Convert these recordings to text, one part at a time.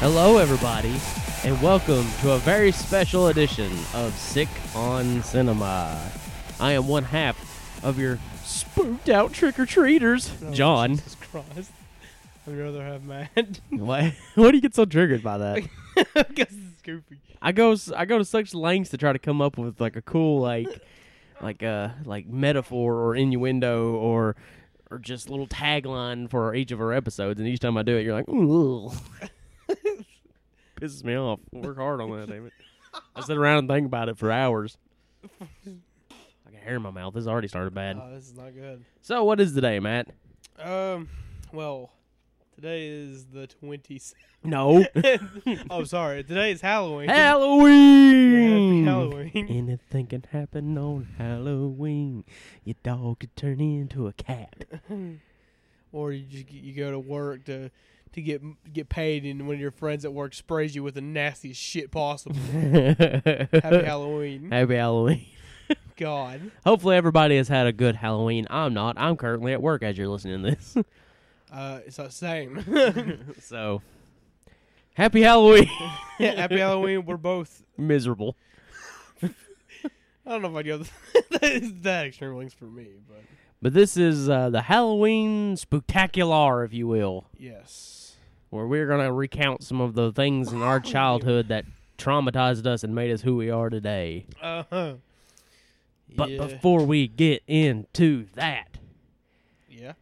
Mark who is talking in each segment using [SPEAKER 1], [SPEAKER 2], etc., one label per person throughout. [SPEAKER 1] Hello, everybody, and welcome to a very special edition of Sick on Cinema. I am one half of your spooked out trick or treaters,
[SPEAKER 2] Oh,
[SPEAKER 1] John.
[SPEAKER 2] Jesus Christ. I'd rather have Matt.
[SPEAKER 1] Why? Why do you get so triggered by that?
[SPEAKER 2] Because it's goofy.
[SPEAKER 1] I go s- I go to such lengths to try to come up with like a cool like like uh like metaphor or innuendo or or just little tagline for each of our episodes, and each time I do it, you're like, ooh, pisses me off. Work hard on that, damn it. I sit around and think about it for hours. I got hair in my mouth. This already started bad.
[SPEAKER 2] Oh, this is not good.
[SPEAKER 1] So what is today, Matt?
[SPEAKER 2] Um, well, today is the 27th.
[SPEAKER 1] No,
[SPEAKER 2] oh, sorry. Today is Halloween.
[SPEAKER 1] Halloween.
[SPEAKER 2] Happy Halloween.
[SPEAKER 1] Anything can happen on Halloween. Your dog could turn into a cat.
[SPEAKER 2] Or you just get, you go to work to to get get paid, and one of your friends at work sprays you with the nastiest shit possible. Happy Halloween.
[SPEAKER 1] Happy Halloween.
[SPEAKER 2] God.
[SPEAKER 1] Hopefully, everybody has had a good Halloween. I'm not. I'm currently at work as you're listening to this.
[SPEAKER 2] Uh, it's the same.
[SPEAKER 1] so, happy Halloween.
[SPEAKER 2] Happy Halloween. We're both.
[SPEAKER 1] Miserable.
[SPEAKER 2] I don't know if I'd go that, that extreme links for me, but
[SPEAKER 1] But this is uh, the Halloween spectacular, if you will,
[SPEAKER 2] yes.
[SPEAKER 1] where we're going to recount some of the things in our childhood that traumatized us and made us who we are today.
[SPEAKER 2] Uh huh.
[SPEAKER 1] But before we get into that,
[SPEAKER 2] yeah,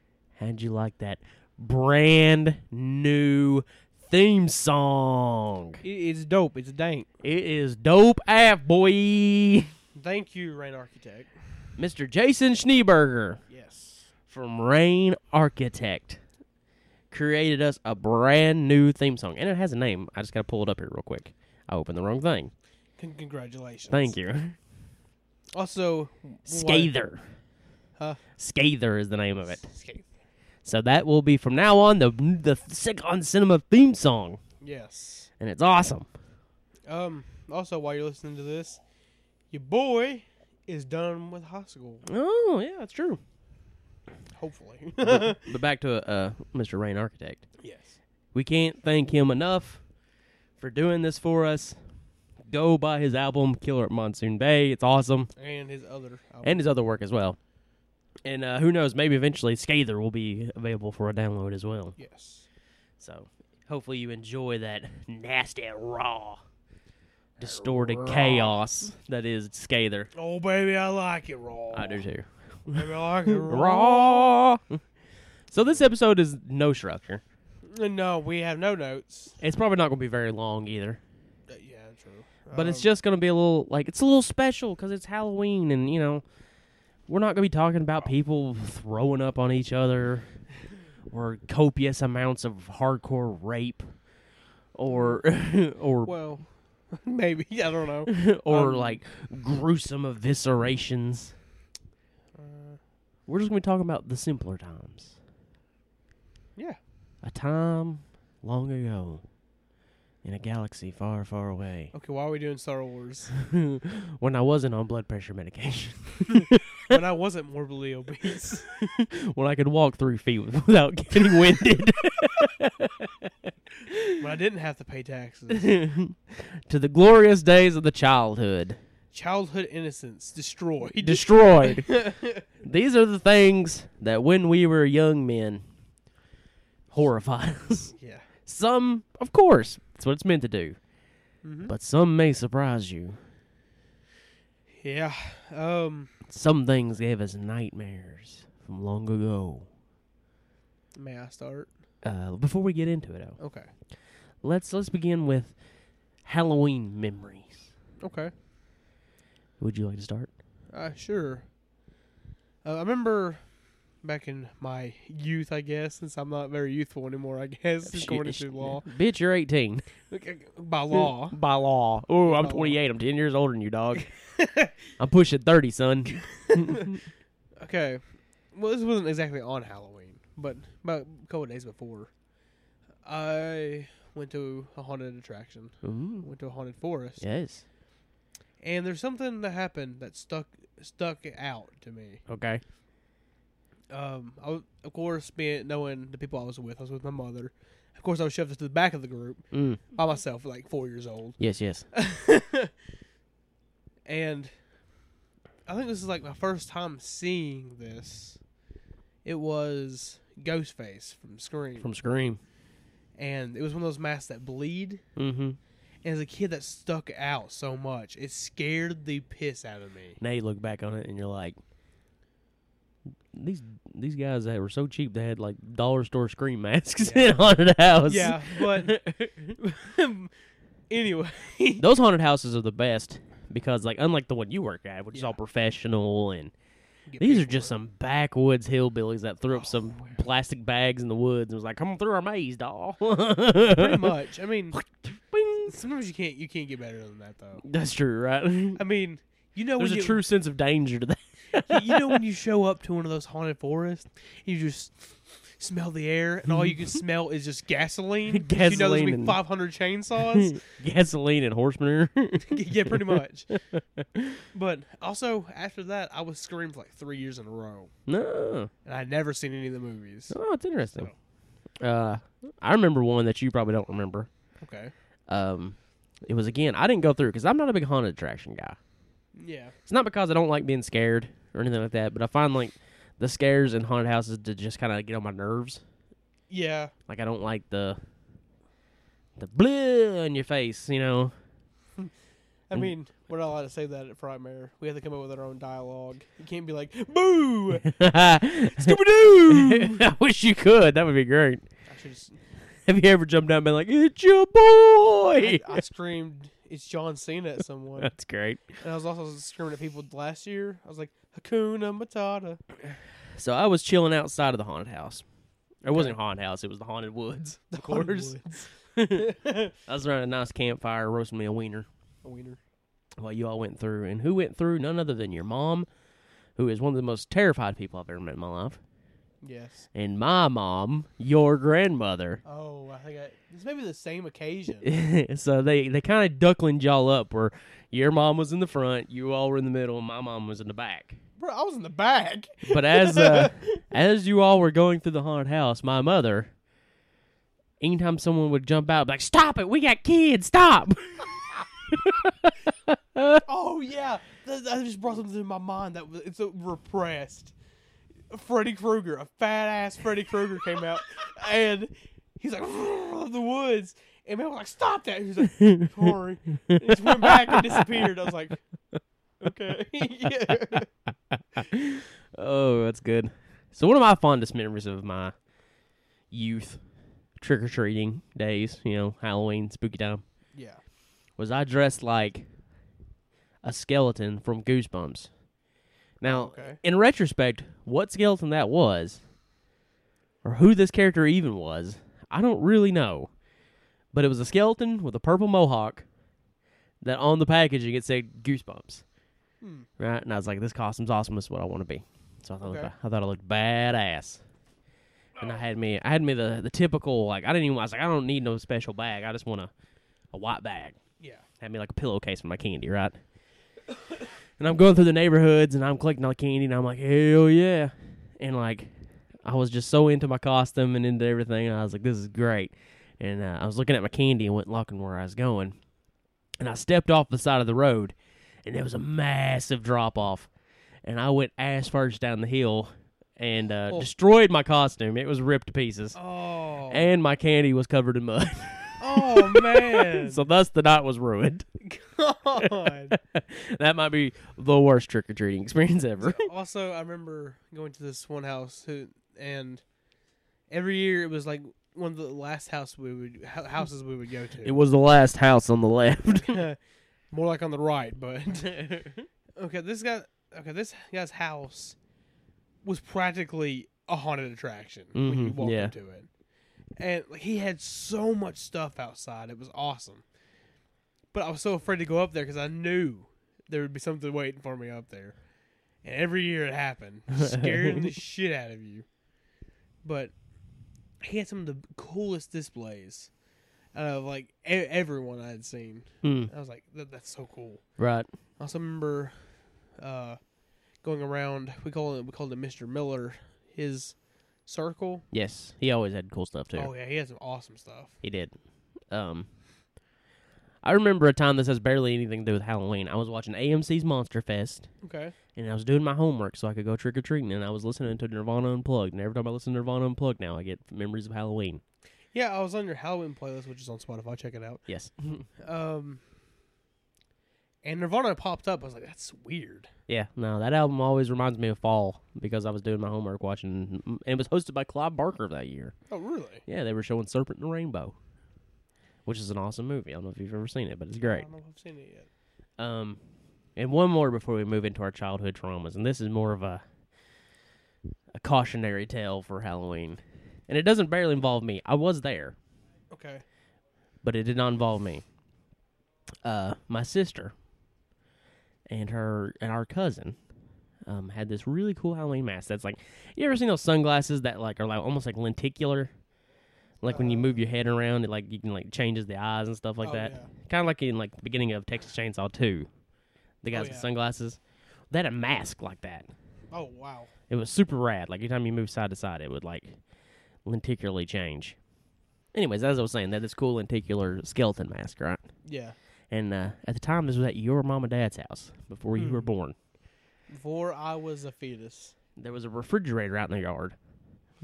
[SPEAKER 1] how'd you like that brand new theme song?
[SPEAKER 2] it, it's dope. It's dank.
[SPEAKER 1] It is dope af boy.
[SPEAKER 2] Thank you, Rain Architect.
[SPEAKER 1] Mr. Jason Schneeberger
[SPEAKER 2] Yes.
[SPEAKER 1] from Rain Architect created us a brand new theme song. And it has a name. I just gotta pull it up here real quick. I opened the wrong thing.
[SPEAKER 2] Con- congratulations.
[SPEAKER 1] Thank you.
[SPEAKER 2] Also, what-
[SPEAKER 1] Scather.
[SPEAKER 2] Huh?
[SPEAKER 1] Scather is the name of it.
[SPEAKER 2] Scathe.
[SPEAKER 1] So that will be from now on the the sick on cinema theme song.
[SPEAKER 2] Yes.
[SPEAKER 1] and it's awesome.
[SPEAKER 2] Um. Also, while you're listening to this, your boy is done with high school.
[SPEAKER 1] Oh yeah, that's true.
[SPEAKER 2] Hopefully.
[SPEAKER 1] But back to uh, Mr. Rain Architect,
[SPEAKER 2] yes.
[SPEAKER 1] we can't thank him enough for doing this for us. Go buy his album Killer at Monsoon Bay. It's awesome,
[SPEAKER 2] And his other. album.
[SPEAKER 1] and his other work as well. And uh, who knows, maybe eventually Scather will be available for a download as well.
[SPEAKER 2] yes.
[SPEAKER 1] So hopefully you enjoy that nasty raw. Distorted chaos that is Scather.
[SPEAKER 2] Oh baby, I like it raw.
[SPEAKER 1] I do too.
[SPEAKER 2] Baby, I like it raw.
[SPEAKER 1] Raw. So this episode is no structure.
[SPEAKER 2] No, we have no notes.
[SPEAKER 1] It's probably not going to be very long either,
[SPEAKER 2] Uh, Yeah, true.
[SPEAKER 1] but it's
[SPEAKER 2] Um,
[SPEAKER 1] just going to be a little like it's a little special because it's Halloween, and you know, we're not going to be talking about people throwing up on each other, or copious amounts of hardcore rape, or or
[SPEAKER 2] Well, maybe I don't know.
[SPEAKER 1] or
[SPEAKER 2] um,
[SPEAKER 1] like gruesome eviscerations.
[SPEAKER 2] Uh,
[SPEAKER 1] We're just going to be talking about the simpler times,
[SPEAKER 2] yeah.
[SPEAKER 1] a time long ago, in a galaxy far, far away,
[SPEAKER 2] Okay, why are we doing Star Wars?
[SPEAKER 1] when I wasn't on blood pressure medication.
[SPEAKER 2] when I wasn't morbidly obese.
[SPEAKER 1] when I could walk three feet without getting winded
[SPEAKER 2] when I didn't have to pay taxes.
[SPEAKER 1] to the glorious days of the childhood.
[SPEAKER 2] Childhood innocence destroyed.
[SPEAKER 1] Destroyed. These are the things that when we were young men horrified us.
[SPEAKER 2] yeah.
[SPEAKER 1] Some, of course, that's what it's meant to do.
[SPEAKER 2] Mhm.
[SPEAKER 1] But some may surprise you.
[SPEAKER 2] Yeah. Um
[SPEAKER 1] Some things gave us nightmares from long ago.
[SPEAKER 2] may I start?
[SPEAKER 1] Uh, before we get into it, though,
[SPEAKER 2] Okay.
[SPEAKER 1] let's let's begin with Halloween memories.
[SPEAKER 2] Okay.
[SPEAKER 1] Would you like to start?
[SPEAKER 2] Uh sure. Uh, I remember back in my youth, I guess, since I'm not very youthful anymore, I guess,
[SPEAKER 1] Sh-
[SPEAKER 2] according
[SPEAKER 1] sh-
[SPEAKER 2] to law.
[SPEAKER 1] Bitch, you're 18.
[SPEAKER 2] Okay, By law.
[SPEAKER 1] By law. Oh, I'm
[SPEAKER 2] By law.
[SPEAKER 1] 28. I'm 10 years older than you, dog. I'm pushing 30, son.
[SPEAKER 2] Okay. Well, this wasn't exactly on Halloween, but about a couple of days before, I went to a haunted attraction.
[SPEAKER 1] Ooh,
[SPEAKER 2] Went to a haunted forest,
[SPEAKER 1] yes.
[SPEAKER 2] and there's something that happened that stuck stuck out to me.
[SPEAKER 1] Okay.
[SPEAKER 2] um, I was, of course, being knowing the people I was with, I was with my mother. Of course, I was shoved to the back of the group
[SPEAKER 1] Mm.
[SPEAKER 2] by myself, like four years old.
[SPEAKER 1] Yes, yes.
[SPEAKER 2] and I think this is like my first time seeing this. It was Ghostface from Scream,
[SPEAKER 1] From Scream.
[SPEAKER 2] and it was one of those masks that bleed.
[SPEAKER 1] Mm-hmm.
[SPEAKER 2] And as a kid, that stuck out so much, it scared the piss out of me.
[SPEAKER 1] Now you look back on it and you're like, these these guys that were so cheap they had like dollar store scream masks
[SPEAKER 2] Yeah.
[SPEAKER 1] in haunted house.
[SPEAKER 2] Yeah, but anyway,
[SPEAKER 1] those haunted houses are the best because like unlike the one you work at, which is
[SPEAKER 2] Yeah.
[SPEAKER 1] all professional and these are just some backwoods hillbillies that
[SPEAKER 2] Oh,
[SPEAKER 1] threw up some plastic bags in the woods and was like, "Come on through our maze, doll."
[SPEAKER 2] pretty much. I mean, sometimes you can't you can't get better than that though.
[SPEAKER 1] That's true, right?
[SPEAKER 2] I mean, you know
[SPEAKER 1] There's
[SPEAKER 2] when
[SPEAKER 1] a
[SPEAKER 2] you,
[SPEAKER 1] true sense of danger to that.
[SPEAKER 2] you know when you show up to one of those haunted forests, you just smell the air, and all you can smell is just gasoline. because You know there's
[SPEAKER 1] Gasoline
[SPEAKER 2] gonna be
[SPEAKER 1] and-
[SPEAKER 2] 500 chainsaws.
[SPEAKER 1] Gasoline and horse manure.
[SPEAKER 2] yeah, pretty much. But also after that, I was screamed for like three years in a row,
[SPEAKER 1] no,
[SPEAKER 2] and I'd never seen any of the movies.
[SPEAKER 1] oh, it's interesting. Uh, I remember one that you probably don't remember.
[SPEAKER 2] Okay.
[SPEAKER 1] Um, it was again. I didn't go through because I'm not a big haunted attraction guy.
[SPEAKER 2] Yeah.
[SPEAKER 1] It's not because I don't like being scared or anything like that, but I find like the scares in haunted houses to just kind of get on my nerves.
[SPEAKER 2] Yeah.
[SPEAKER 1] Like I don't like the the blue in your face, you know.
[SPEAKER 2] I
[SPEAKER 1] Mm.
[SPEAKER 2] mean, we're not allowed to say that at Frightmare. We have to come up with our own dialogue. You can't be like, "Boo, Scooby Doo."
[SPEAKER 1] I wish you could. That would be great.
[SPEAKER 2] I should just
[SPEAKER 1] Have you ever jumped down and been like, "It's your boy"?
[SPEAKER 2] I, I screamed, "It's John Cena!" at someone,
[SPEAKER 1] That's great.
[SPEAKER 2] and I was also screaming at people last year. I was like, "Hakuna Matata."
[SPEAKER 1] So I was chilling outside of the haunted house. It wasn't a haunted house. It was the haunted woods.
[SPEAKER 2] The
[SPEAKER 1] course. I was around a nice campfire, roasting me a wiener.
[SPEAKER 2] A wiener.
[SPEAKER 1] Well, you all went through, and who went through? None other than your mom, who is one of the most terrified people I've ever met in my life,
[SPEAKER 2] Yes.
[SPEAKER 1] and my mom, your grandmother.
[SPEAKER 2] Oh, I think I, this may be the same occasion.
[SPEAKER 1] so they they kind of duckling y'all up, where your mom was in the front, you all were in the middle, and my mom was in the back.
[SPEAKER 2] Bro, I was in the back.
[SPEAKER 1] But as uh, as you all were going through the haunted house, my mother, anytime someone would jump out, be like, "Stop it! We got kids! Stop!"
[SPEAKER 2] Oh yeah, that, that just brought something to my mind that was it's a repressed. Freddy Krueger, a fat ass Freddy Krueger came out, and he's like "Vroom," the woods, and man was like, "Stop that!" He was like, "Sorry," and just went back and disappeared. I was like, "Okay, yeah."
[SPEAKER 1] Oh, that's good. So one of my fondest memories of my youth trick or treating days, you know, Halloween, spooky time,
[SPEAKER 2] yeah.
[SPEAKER 1] was I dressed like a skeleton from Goosebumps. Now,
[SPEAKER 2] Okay.
[SPEAKER 1] in retrospect, what skeleton that was, or who this character even was, I don't really know. But it was a skeleton with a purple mohawk that on the packaging it said Goosebumps.
[SPEAKER 2] Hmm.
[SPEAKER 1] Right? And I was like, this costume's awesome. This is what I want to be. So I thought,
[SPEAKER 2] Okay.
[SPEAKER 1] I thought I looked badass. And I had me, I had me the, the typical, like, I didn't even, I was like, I don't need no special bag. I just want a, a white bag
[SPEAKER 2] Yeah.
[SPEAKER 1] had me like a pillowcase for my candy, right? and I'm going through the neighborhoods and I'm collecting all the candy and I'm like, hell yeah. And like, I was just so into my costume and into everything. And I was like, this is great. And uh, I was looking at my candy and wasn't looking where I was going. And I stepped off the side of the road and there was a massive drop off. And I went ass first down the hill and uh,
[SPEAKER 2] Oh.
[SPEAKER 1] destroyed my costume. It was ripped to pieces.
[SPEAKER 2] Oh.
[SPEAKER 1] And my candy was covered in mud.
[SPEAKER 2] oh man.
[SPEAKER 1] so thus the night was ruined.
[SPEAKER 2] God.
[SPEAKER 1] that might be the worst trick or treating experience ever.
[SPEAKER 2] also, I remember going to this one house who, and every year it was like one of the last house we would hou- houses we would go to.
[SPEAKER 1] It was the last house on the left.
[SPEAKER 2] more like on the right, but okay, this guy, okay, this guy's house was practically a haunted attraction when you
[SPEAKER 1] Mhm,
[SPEAKER 2] walked
[SPEAKER 1] yeah.
[SPEAKER 2] into it, and like, he had so much stuff outside; it was awesome. But I was so afraid to go up there because I knew there would be something waiting for me up there, and every year it happened, scaring the shit out of you. But he had some of the coolest displays out of like e- everyone I had seen.
[SPEAKER 1] Hmm,
[SPEAKER 2] I was like, that, that's so cool.
[SPEAKER 1] right.
[SPEAKER 2] I also remember uh, going around. We call it we called it Mr. Miller. his circle.
[SPEAKER 1] Yes, he always had cool stuff too.
[SPEAKER 2] Oh yeah, he had some awesome stuff.
[SPEAKER 1] He did. Um, I remember a time this has barely anything to do with Halloween. I was watching AMC's Monster Fest,
[SPEAKER 2] Okay.
[SPEAKER 1] and I was doing my homework so I could go trick or treating, and I was listening to Nirvana Unplugged. And every time I listen to Nirvana Unplugged, now I get memories of Halloween.
[SPEAKER 2] Yeah, I was on your Halloween playlist, which is on Spotify. Check it out.
[SPEAKER 1] Yes.
[SPEAKER 2] Um, and Nirvana popped up. I was like, that's weird.
[SPEAKER 1] yeah. No, that album always reminds me of fall because I was doing my homework watching, and it was hosted by Clive Barker that year.
[SPEAKER 2] Oh really?
[SPEAKER 1] Yeah, they were showing Serpent and the Rainbow, which is an awesome movie. I don't know if you've ever seen it, but it's
[SPEAKER 2] I
[SPEAKER 1] great.
[SPEAKER 2] don't know if I've seen it yet.
[SPEAKER 1] Um, and one more before we move into our childhood traumas, and this is more of a a cautionary tale for Halloween, and it doesn't barely involve me. I was there,
[SPEAKER 2] Okay.
[SPEAKER 1] but it did not involve me. Uh, my sister and her and our cousin um, had this really cool Halloween mask. That's like, you ever seen those sunglasses that like are like almost like lenticular, like when you
[SPEAKER 2] Uh,
[SPEAKER 1] move your head around, it like you can like changes the eyes and stuff like
[SPEAKER 2] Oh,
[SPEAKER 1] that.
[SPEAKER 2] yeah.
[SPEAKER 1] Kind of like in like the beginning of Texas Chainsaw Two, the guys
[SPEAKER 2] Oh, yeah.
[SPEAKER 1] with sunglasses. They had a mask like that.
[SPEAKER 2] Oh wow.
[SPEAKER 1] It was super rad. Like every time you move side to side, it would like lenticularly change. Anyways, as I was saying, that this cool lenticular skeleton mask, right?
[SPEAKER 2] Yeah.
[SPEAKER 1] And uh, at the time, this was at your mom and dad's house before you were
[SPEAKER 2] Hmm.
[SPEAKER 1] born.
[SPEAKER 2] Before I was a fetus.
[SPEAKER 1] There was a refrigerator out in the yard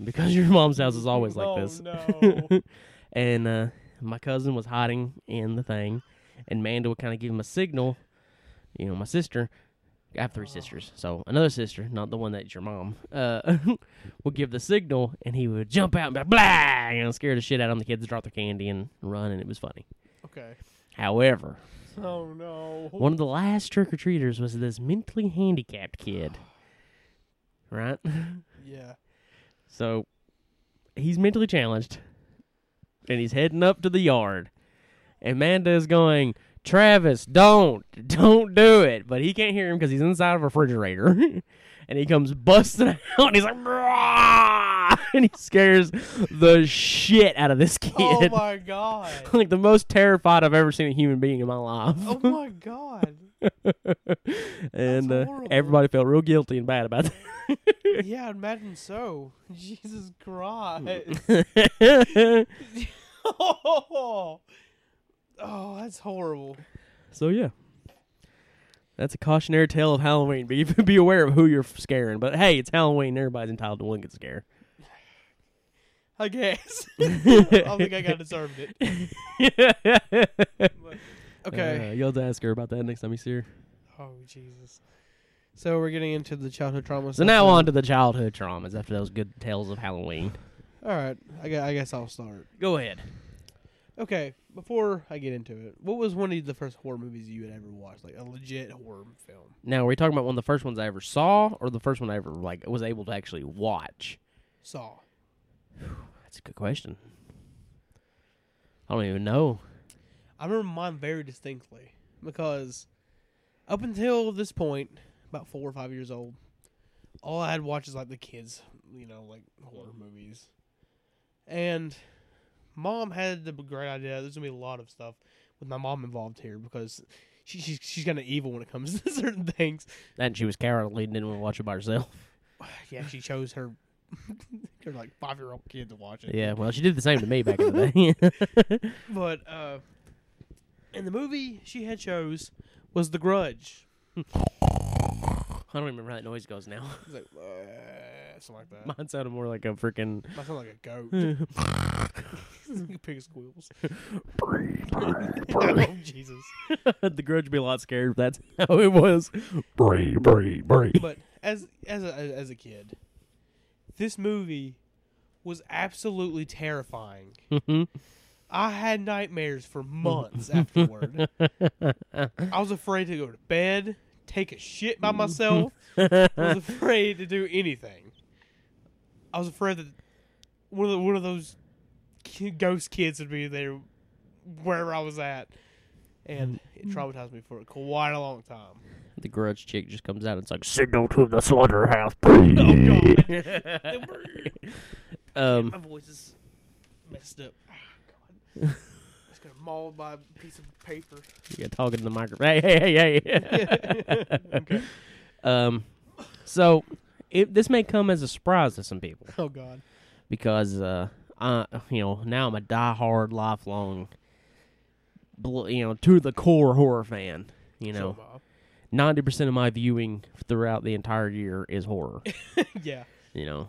[SPEAKER 1] because your mom's house is always like
[SPEAKER 2] oh,
[SPEAKER 1] this.
[SPEAKER 2] No.
[SPEAKER 1] and uh, my cousin was hiding in the thing, and Manda would kind of give him a signal. You know, my sister, I have three
[SPEAKER 2] Oh.
[SPEAKER 1] sisters, so another sister, not the one that's your mom, uh, would give the signal, and he would jump out and be like, blah, you know, scare the shit out of him. The kids drop their candy and run, and it was funny.
[SPEAKER 2] okay.
[SPEAKER 1] However,
[SPEAKER 2] Oh no.
[SPEAKER 1] one of the last trick or treaters was this mentally handicapped kid, right?
[SPEAKER 2] Yeah.
[SPEAKER 1] So he's mentally challenged and he's heading up to the yard. Amanda is going, Travis, don't, don't do it. But he can't hear him because he's inside of a refrigerator. and he comes busting out and he's like, "Rah!" and he scares the shit out of this kid.
[SPEAKER 2] Oh my god.
[SPEAKER 1] like the most terrified I've ever seen a human being in my life.
[SPEAKER 2] Oh my god.
[SPEAKER 1] and uh,
[SPEAKER 2] that's horrible.
[SPEAKER 1] everybody felt real guilty and bad about
[SPEAKER 2] Yeah, I'd imagine so. Jesus Christ.
[SPEAKER 1] that.
[SPEAKER 2] oh, that's horrible.
[SPEAKER 1] So yeah, that's a cautionary tale of Halloween. Be be aware of who you're scaring. But hey, it's Halloween. Everybody's entitled to one good scare.
[SPEAKER 2] I guess. I don't think I got deserved it. Okay.
[SPEAKER 1] Uh, you'll have to ask her about that next time you see her.
[SPEAKER 2] oh Jesus. So we're getting into the childhood trauma.
[SPEAKER 1] So now on to the childhood traumas after those good tales of Halloween.
[SPEAKER 2] All right. I guess, I guess I'll start.
[SPEAKER 1] Go ahead.
[SPEAKER 2] Okay. Before I get into it, what was one of the first horror movies you had ever watched? Like a legit horror film.
[SPEAKER 1] Now, are we talking about one of the first ones I ever saw, or the first one I ever like was able to actually watch?
[SPEAKER 2] Saw.
[SPEAKER 1] That's a good question. I don't even know.
[SPEAKER 2] I remember mine very distinctly because up until this point, about four or five years old, all I had watched is like the kids, you know, like horror movies. And mom had the great idea. There's gonna be a lot of stuff with my mom involved here because she, she's she's kind of evil when it comes to certain things.
[SPEAKER 1] And she was cowardly and didn't want to watch it by herself.
[SPEAKER 2] Yeah, she chose her her like five year old kid to watch it.
[SPEAKER 1] Yeah, well, she did the same to me back in the day.
[SPEAKER 2] But uh, and the movie she had chose was The Grudge.
[SPEAKER 1] I don't remember how that noise goes now.
[SPEAKER 2] He's like, "Uh," something like that.
[SPEAKER 1] Mine sounded more like a freaking.
[SPEAKER 2] Might sound like a goat. Pig squeals. oh, Jesus.
[SPEAKER 1] the grudge would be a lot scared if that's how it was.
[SPEAKER 3] Bree, bree, bree.
[SPEAKER 2] But as as a, as a kid, this movie was absolutely terrifying. I had nightmares for months afterward. I was afraid to go to bed, take a shit by myself. I was afraid to do anything. I was afraid that one of the, one of those ki- ghost kids would be there wherever I was at,
[SPEAKER 1] Mm.
[SPEAKER 2] and it traumatized me for quite a long time.
[SPEAKER 1] the grudge chick just comes out and it's like.
[SPEAKER 3] Signal to the slaughterhouse. Bree.
[SPEAKER 2] Oh God,
[SPEAKER 1] um,
[SPEAKER 2] my voice is messed up. Ah, God. It's gonna mauled by a piece of paper.
[SPEAKER 1] you're talking to the microphone. Hey, hey, hey, hey. um, so it, this may come as a surprise to some people
[SPEAKER 2] Oh God.
[SPEAKER 1] because uh, I, you know, now I'm a diehard, lifelong, bl- you know, to the core horror fan. You know, ninety percent of my viewing throughout the entire year is horror.
[SPEAKER 2] yeah.
[SPEAKER 1] you know,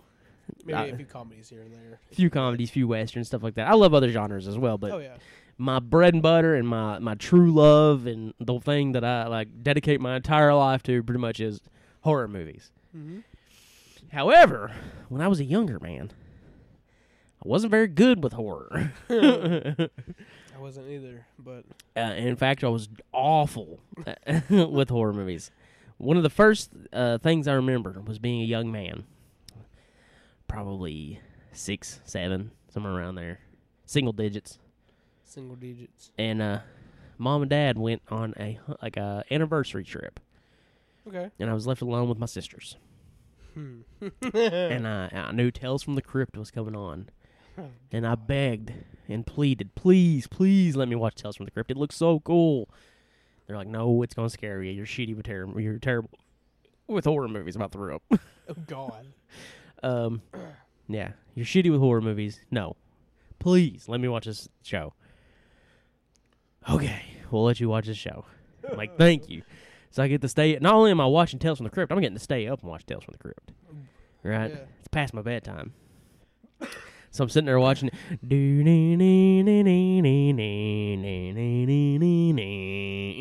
[SPEAKER 2] Maybe
[SPEAKER 1] I-
[SPEAKER 2] a few comedies here and there.
[SPEAKER 1] few comedies, few westerns, stuff like that. I love other genres as well, but
[SPEAKER 2] oh yeah.
[SPEAKER 1] my bread and butter and my my true love and the thing that I like dedicate my entire life to pretty much is horror movies.
[SPEAKER 2] Mm-hmm.
[SPEAKER 1] However, when I was a younger man, I wasn't very good with horror. uh,
[SPEAKER 2] I wasn't either, but
[SPEAKER 1] in fact, I was awful with horror movies. One of the first uh, things I remember was being a young man, probably six, seven, somewhere around there, single digits.
[SPEAKER 2] single digits.
[SPEAKER 1] and uh, mom and dad went on a like a anniversary trip,
[SPEAKER 2] Okay.
[SPEAKER 1] and I was left alone with my sisters.
[SPEAKER 2] Hmm.
[SPEAKER 1] and I, I knew Tales from the Crypt was coming on, and I begged and pleaded, please, please let me watch Tales from the Crypt. It looks so cool. They're like, no, it's gonna scare you. You're shitty with terror. You're terrible with horror movies. About the rope.
[SPEAKER 2] Oh God.
[SPEAKER 1] um, yeah, you're shitty with horror movies. No, please let me watch this show. Okay, we'll let you watch this show. I'm like, thank you. So I get to stay. Not only am I watching Tales from the Crypt, I'm getting to stay up and watch Tales from the Crypt. Right?
[SPEAKER 2] Yeah.
[SPEAKER 1] It's past my bedtime. So I'm sitting there watching it. You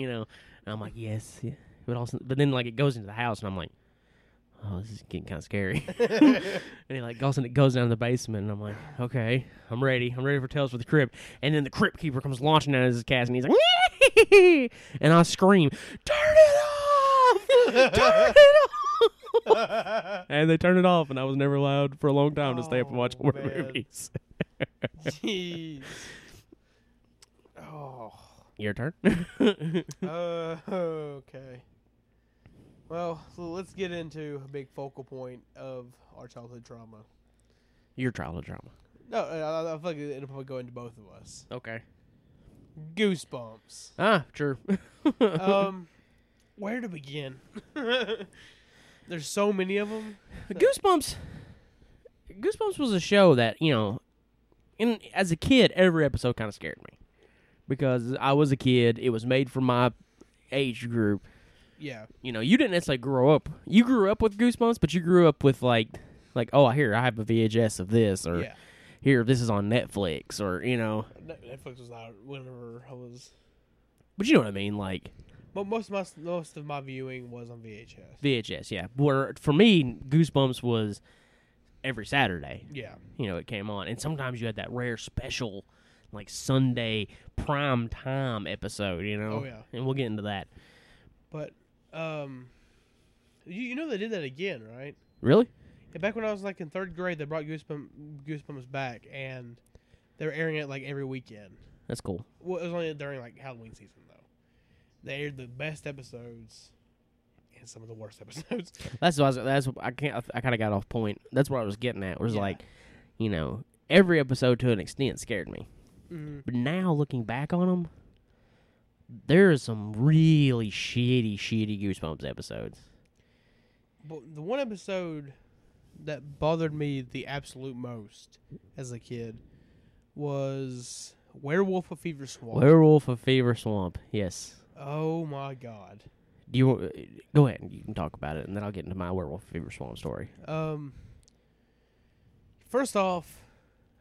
[SPEAKER 1] know, and I'm like, yes, yeah. But also, but then like it goes into the house, and I'm like, oh, this is getting kind of scary. and it like goes and it goes down to the basement, and I'm like, okay, I'm ready, I'm ready for Tales for the Crypt. And then the Crypt Keeper comes launching out of his cast, and he's like, and I scream, turn it off, turn it off. And they turned it off, and I was never allowed for a long time to stay up and watch
[SPEAKER 2] Oh,
[SPEAKER 1] horror
[SPEAKER 2] man.
[SPEAKER 1] movies.
[SPEAKER 2] Jeez. Oh.
[SPEAKER 1] Your turn.
[SPEAKER 2] Uh, okay. Well, so let's get into a big focal point of our childhood trauma.
[SPEAKER 1] Your childhood drama.
[SPEAKER 2] No, I, I- I feel like it'll probably go into both of us.
[SPEAKER 1] Okay.
[SPEAKER 2] Goosebumps.
[SPEAKER 1] Ah, true.
[SPEAKER 2] um, where to begin? There's so many of them.
[SPEAKER 1] Goosebumps. Goosebumps was a show that you know, in as a kid, every episode kind of scared me because I was a kid. It was made for my age group.
[SPEAKER 2] Yeah.
[SPEAKER 1] You know, you didn't necessarily grow up. You grew up with Goosebumps, but you grew up with like, like oh, here I have a VHS of this, or
[SPEAKER 2] Yeah.
[SPEAKER 1] here this is on Netflix, or you know.
[SPEAKER 2] Ne- Netflix was not whenever I was.
[SPEAKER 1] But you know what I mean, like
[SPEAKER 2] But most of my most of my viewing was on VHS.
[SPEAKER 1] VHS. Yeah. Where for me, Goosebumps was every Saturday.
[SPEAKER 2] Yeah.
[SPEAKER 1] you know, it came on. And sometimes you had that rare special, like Sunday prime time episode, you know?
[SPEAKER 2] Oh, yeah.
[SPEAKER 1] And we'll get into that.
[SPEAKER 2] But um, you you know they did that again, right?
[SPEAKER 1] Really?
[SPEAKER 2] Yeah, back when I was like in third grade, they brought Goosebumps, Goosebumps back, and they were airing it like every weekend.
[SPEAKER 1] That's cool.
[SPEAKER 2] Well, it was only during like Halloween season though. They aired the best episodes and some of the worst episodes.
[SPEAKER 1] That's what I was, that's what I can't I kind of got off point. That's what I was getting at. Was
[SPEAKER 2] Yeah.
[SPEAKER 1] like, you know, every episode to an extent scared me.
[SPEAKER 2] mm-hmm.
[SPEAKER 1] But now looking back on them, there is some really shitty, shitty Goosebumps episodes.
[SPEAKER 2] But the one episode that bothered me the absolute most as a kid was Werewolf of Fever Swamp.
[SPEAKER 1] Werewolf of Fever Swamp. Yes.
[SPEAKER 2] oh my god.
[SPEAKER 1] Do you want- go ahead and you can talk about it, and then I'll get into my Werewolf of Fever Swamp story.
[SPEAKER 2] Um. First off,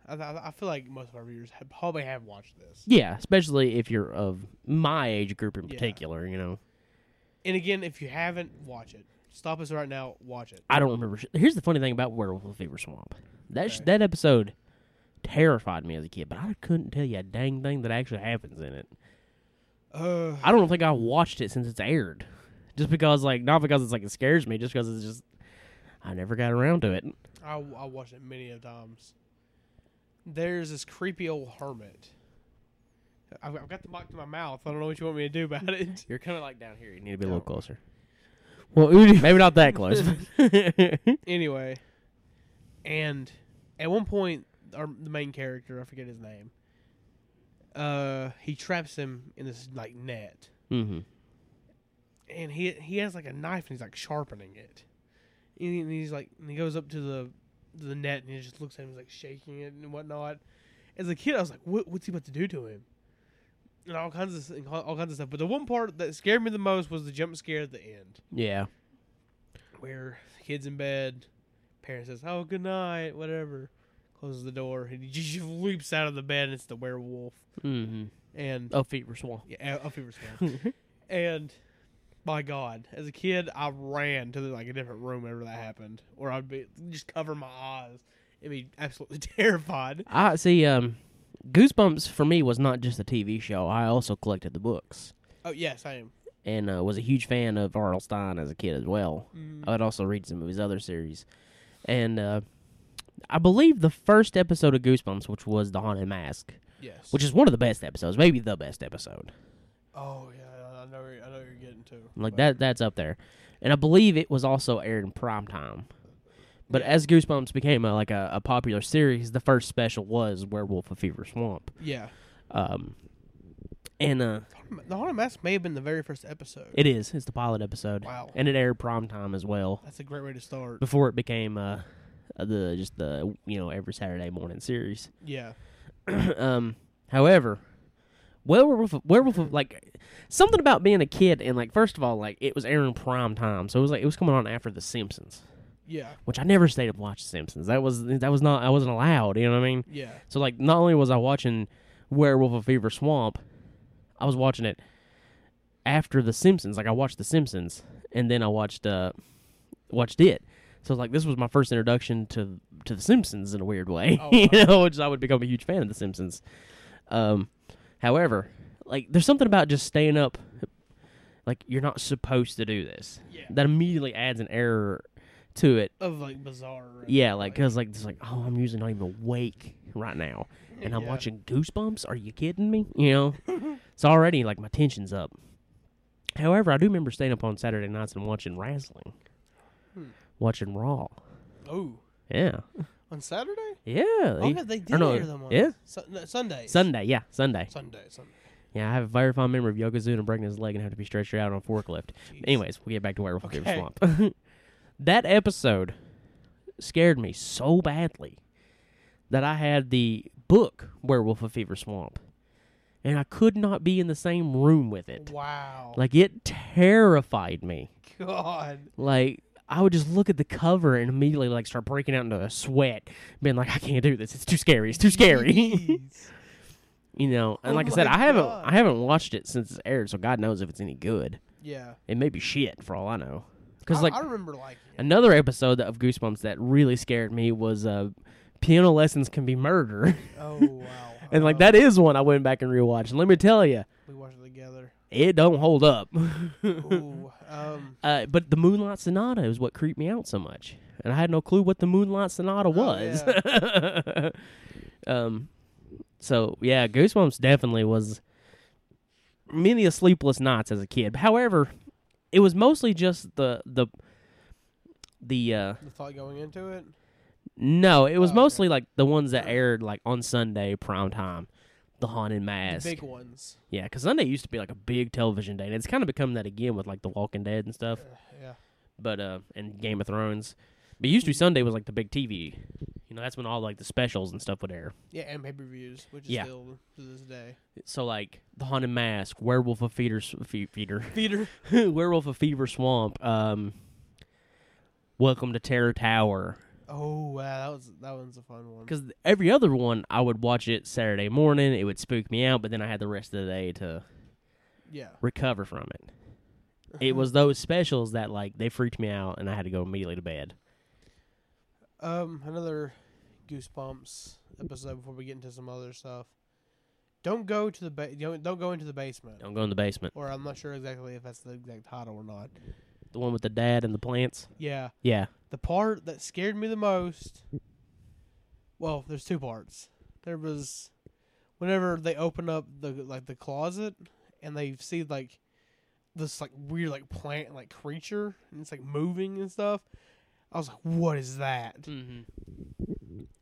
[SPEAKER 2] I, I I feel like most of our viewers have, probably have watched this.
[SPEAKER 1] Yeah, especially if you're of my age group in
[SPEAKER 2] Yeah.
[SPEAKER 1] particular, you know.
[SPEAKER 2] And again, if you haven't, watch it. Stop us right now. Watch it.
[SPEAKER 1] I don't remember. sh- Here's the funny thing about Werewolf of Fever Swamp. That sh-
[SPEAKER 2] Okay.
[SPEAKER 1] that episode terrified me as a kid, but I couldn't tell you a dang thing that actually happens in it.
[SPEAKER 2] Uh,
[SPEAKER 1] I don't think I watched it since it's aired. Just because like not because it's like it scares me, just because it's just I never got around to it.
[SPEAKER 2] I, I watched it many of times. There's this creepy old hermit. I've, I've got the mic to my mouth. I don't know what you want me to do about it.
[SPEAKER 1] You're kind of like down here. You need to be
[SPEAKER 2] a
[SPEAKER 1] a
[SPEAKER 2] little
[SPEAKER 1] little closer. Well, maybe not that close. but-
[SPEAKER 2] Anyway, and at one point, our the main character, I forget his name, uh, he traps him in this like net.
[SPEAKER 1] Mhm.
[SPEAKER 2] and he he has like a knife and he's like sharpening it. And he- and he's like, and he goes up to the to the net and he just looks at him, he's like shaking it and whatnot. As a kid, I was like, what, what's he about to do to him? And all kinds of s- all kinds of stuff. But the one part that scared me the most was the jump scare at the end,
[SPEAKER 1] Yeah.
[SPEAKER 2] where the kids in bed, parents says, "Oh, good night," whatever, closes the door, and he just leaps out of the bed. and It's the werewolf,
[SPEAKER 1] Mm-hmm.
[SPEAKER 2] and
[SPEAKER 1] A fever swan.
[SPEAKER 2] yeah, a fever swell. and my God, as a kid, I ran to like a different room whenever that happened, or I'd be just cover my eyes and be absolutely terrified.
[SPEAKER 1] I see. Um, Goosebumps for me was not just a TV show. I also collected the books
[SPEAKER 2] Oh yes, I am.
[SPEAKER 1] and uh, was a huge fan of R.L. Stein as a kid as well. I would also read some of his other series, and uh, I believe the first episode of Goosebumps, which was the Haunted Mask,
[SPEAKER 2] Yes.
[SPEAKER 1] which is one of the best episodes, maybe the best episode.
[SPEAKER 2] oh yeah, I know. where- I know where you're getting to
[SPEAKER 1] Like
[SPEAKER 2] but-
[SPEAKER 1] that that's up there. And I believe it was also aired in prime time. But as Goosebumps became a, like a, a popular series, the first special was Werewolf of Fever Swamp.
[SPEAKER 2] Yeah,
[SPEAKER 1] Um, and uh,
[SPEAKER 2] the haunted mask may have been the very first episode.
[SPEAKER 1] it is it's the pilot episode,
[SPEAKER 2] Wow.
[SPEAKER 1] and it aired prime time as well
[SPEAKER 2] That's a great way to start.
[SPEAKER 1] before it became uh, the just the you know every Saturday morning series.
[SPEAKER 2] Yeah.
[SPEAKER 1] um, however, werewolf, werewolf, of- like something about being a kid and like first of all, like it was airing prime time, so it was like it was coming on after The Simpsons.
[SPEAKER 2] Yeah.
[SPEAKER 1] which I never stayed up to watch The Simpsons. That was that was not I wasn't allowed. You know what I mean?
[SPEAKER 2] Yeah.
[SPEAKER 1] So like, not only was I watching Werewolf of Fever Swamp, I was watching it after The Simpsons. Like I watched The Simpsons, and then I watched uh watched it. So like, this was my first introduction to to The Simpsons in a weird way.
[SPEAKER 2] Oh,
[SPEAKER 1] you know, which I would become a huge fan of The Simpsons. Um, however, like, there's something about just staying up. Like you're not supposed to do this.
[SPEAKER 2] Yeah.
[SPEAKER 1] That immediately adds an error to it
[SPEAKER 2] Of like bizarre. and,
[SPEAKER 1] yeah, like because like it's like oh, I'm usually not even awake right now, and I'm
[SPEAKER 2] Yeah.
[SPEAKER 1] watching Goosebumps. Are you kidding me? You know, it's already like my tension's up. However, I do remember staying up on Saturday nights and watching wrestling, watching Raw. uh,
[SPEAKER 2] oh,
[SPEAKER 1] Yeah,
[SPEAKER 2] on Saturday.
[SPEAKER 1] yeah.
[SPEAKER 2] Oh
[SPEAKER 1] they-
[SPEAKER 2] yeah, they did
[SPEAKER 1] or no,
[SPEAKER 2] air them on
[SPEAKER 1] yeah.
[SPEAKER 2] Sun- no, Sundays.
[SPEAKER 1] Sunday, yeah, Sunday.
[SPEAKER 2] Sunday. Sunday.
[SPEAKER 1] Yeah, I have a very fond memory of Yokozuna breaking his leg and having to be stretched out on a forklift.
[SPEAKER 2] Jeez.
[SPEAKER 1] Anyways, we get back to Werewolf okay.
[SPEAKER 2] Okay.
[SPEAKER 1] Swamp. that episode scared me so badly that I had the book Werewolf of Fever Swamp, and I could not be in the same room with it.
[SPEAKER 2] Wow.
[SPEAKER 1] Like it terrified me.
[SPEAKER 2] God.
[SPEAKER 1] Like I would just look at the cover and immediately like start breaking out into a sweat, being like, "I can't do this. It's too scary. It's too scary."
[SPEAKER 2] Jeez.
[SPEAKER 1] you know. And
[SPEAKER 2] Oh
[SPEAKER 1] like I
[SPEAKER 2] my
[SPEAKER 1] said, I haven't
[SPEAKER 2] God.
[SPEAKER 1] I haven't watched it since it's aired, so God knows if it's any good.
[SPEAKER 2] yeah.
[SPEAKER 1] It may be shit for all I know. Because
[SPEAKER 2] I-
[SPEAKER 1] like
[SPEAKER 2] I remember liking it.
[SPEAKER 1] Another episode of Goosebumps that really scared me was uh, piano lessons can be murder,
[SPEAKER 2] Oh wow.
[SPEAKER 1] and like
[SPEAKER 2] Uh,
[SPEAKER 1] that is one I went back and rewatched. And let me tell you,
[SPEAKER 2] We watched it together.
[SPEAKER 1] it don't hold up.
[SPEAKER 2] Ooh. um.
[SPEAKER 1] uh, but the Moonlight Sonata is what creeped me out so much, and I had no clue what the Moonlight Sonata was. um, so yeah, Goosebumps definitely was many a sleepless nights as a kid. However, it was mostly just the the the uh,
[SPEAKER 2] The thought going into it.
[SPEAKER 1] No, it was
[SPEAKER 2] Oh, okay.
[SPEAKER 1] mostly like the ones that aired like on Sunday prime time, the Haunted Mask.
[SPEAKER 2] Big ones.
[SPEAKER 1] Yeah, because Sunday used to be like a big television day, and it's kind of become that again with like The Walking Dead and stuff,
[SPEAKER 2] Uh, yeah.
[SPEAKER 1] but uh, and Game of Thrones. But used to be Sunday was like the big TV. You know, that's when all like the specials and stuff would air.
[SPEAKER 2] Yeah, and pay per views, which is
[SPEAKER 1] Yeah.
[SPEAKER 2] still to this day.
[SPEAKER 1] So like the Haunted Mask, Werewolf of Feeder, Fe- Feeder,
[SPEAKER 2] Theater.
[SPEAKER 1] Werewolf of Fever Swamp, um, Welcome to Terror Tower.
[SPEAKER 2] Oh wow, that was that one's a fun one.
[SPEAKER 1] because every other one I would watch it Saturday morning. It would spook me out, but then I had the rest of the day to
[SPEAKER 2] Yeah.
[SPEAKER 1] recover from it. It was those specials that like they freaked me out, and I had to go immediately to bed.
[SPEAKER 2] Um, another Goosebumps episode before we get into some other stuff. Don't go to the ba- don't, don't go into the basement.
[SPEAKER 1] Don't go in the basement.
[SPEAKER 2] Or I'm not sure exactly if that's the exact title or not.
[SPEAKER 1] The one with the dad and the plants.
[SPEAKER 2] Yeah,
[SPEAKER 1] Yeah,
[SPEAKER 2] the part that scared me the most. Well, there's two parts. There was whenever they open up the like the closet and they see like this like weird like plant like creature and it's like moving and stuff. I was like, what is that?
[SPEAKER 1] mm-hmm.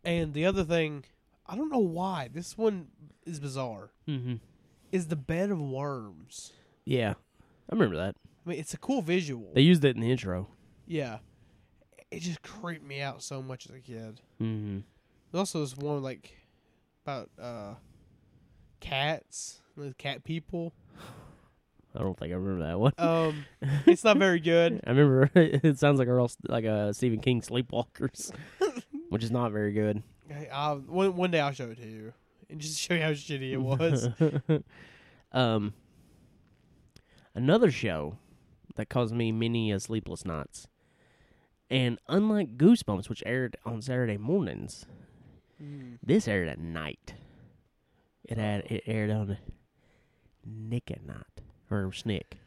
[SPEAKER 2] And the other thing, I don't know why this one is bizarre.
[SPEAKER 1] Mm-hmm.
[SPEAKER 2] Is the bed of worms?
[SPEAKER 1] yeah. I remember that
[SPEAKER 2] I mean, it's a cool visual.
[SPEAKER 1] they used it in the intro.
[SPEAKER 2] yeah, it just creeped me out so much as a kid.
[SPEAKER 1] Mm-hmm.
[SPEAKER 2] There's also this one like about uh cats, the cat people.
[SPEAKER 1] I don't think I remember that one.
[SPEAKER 2] Um, it's not very good.
[SPEAKER 1] I remember it sounds like a real, like a Stephen King Sleepwalkers, which is not very good.
[SPEAKER 2] I, I, one one day I'll show it to you and just show you how shitty it was.
[SPEAKER 1] um, another show that caused me many uh, sleepless nights, and unlike Goosebumps, which aired on Saturday mornings,
[SPEAKER 2] Mm.
[SPEAKER 1] this aired at night. It had it aired on Nick at Night or Snick.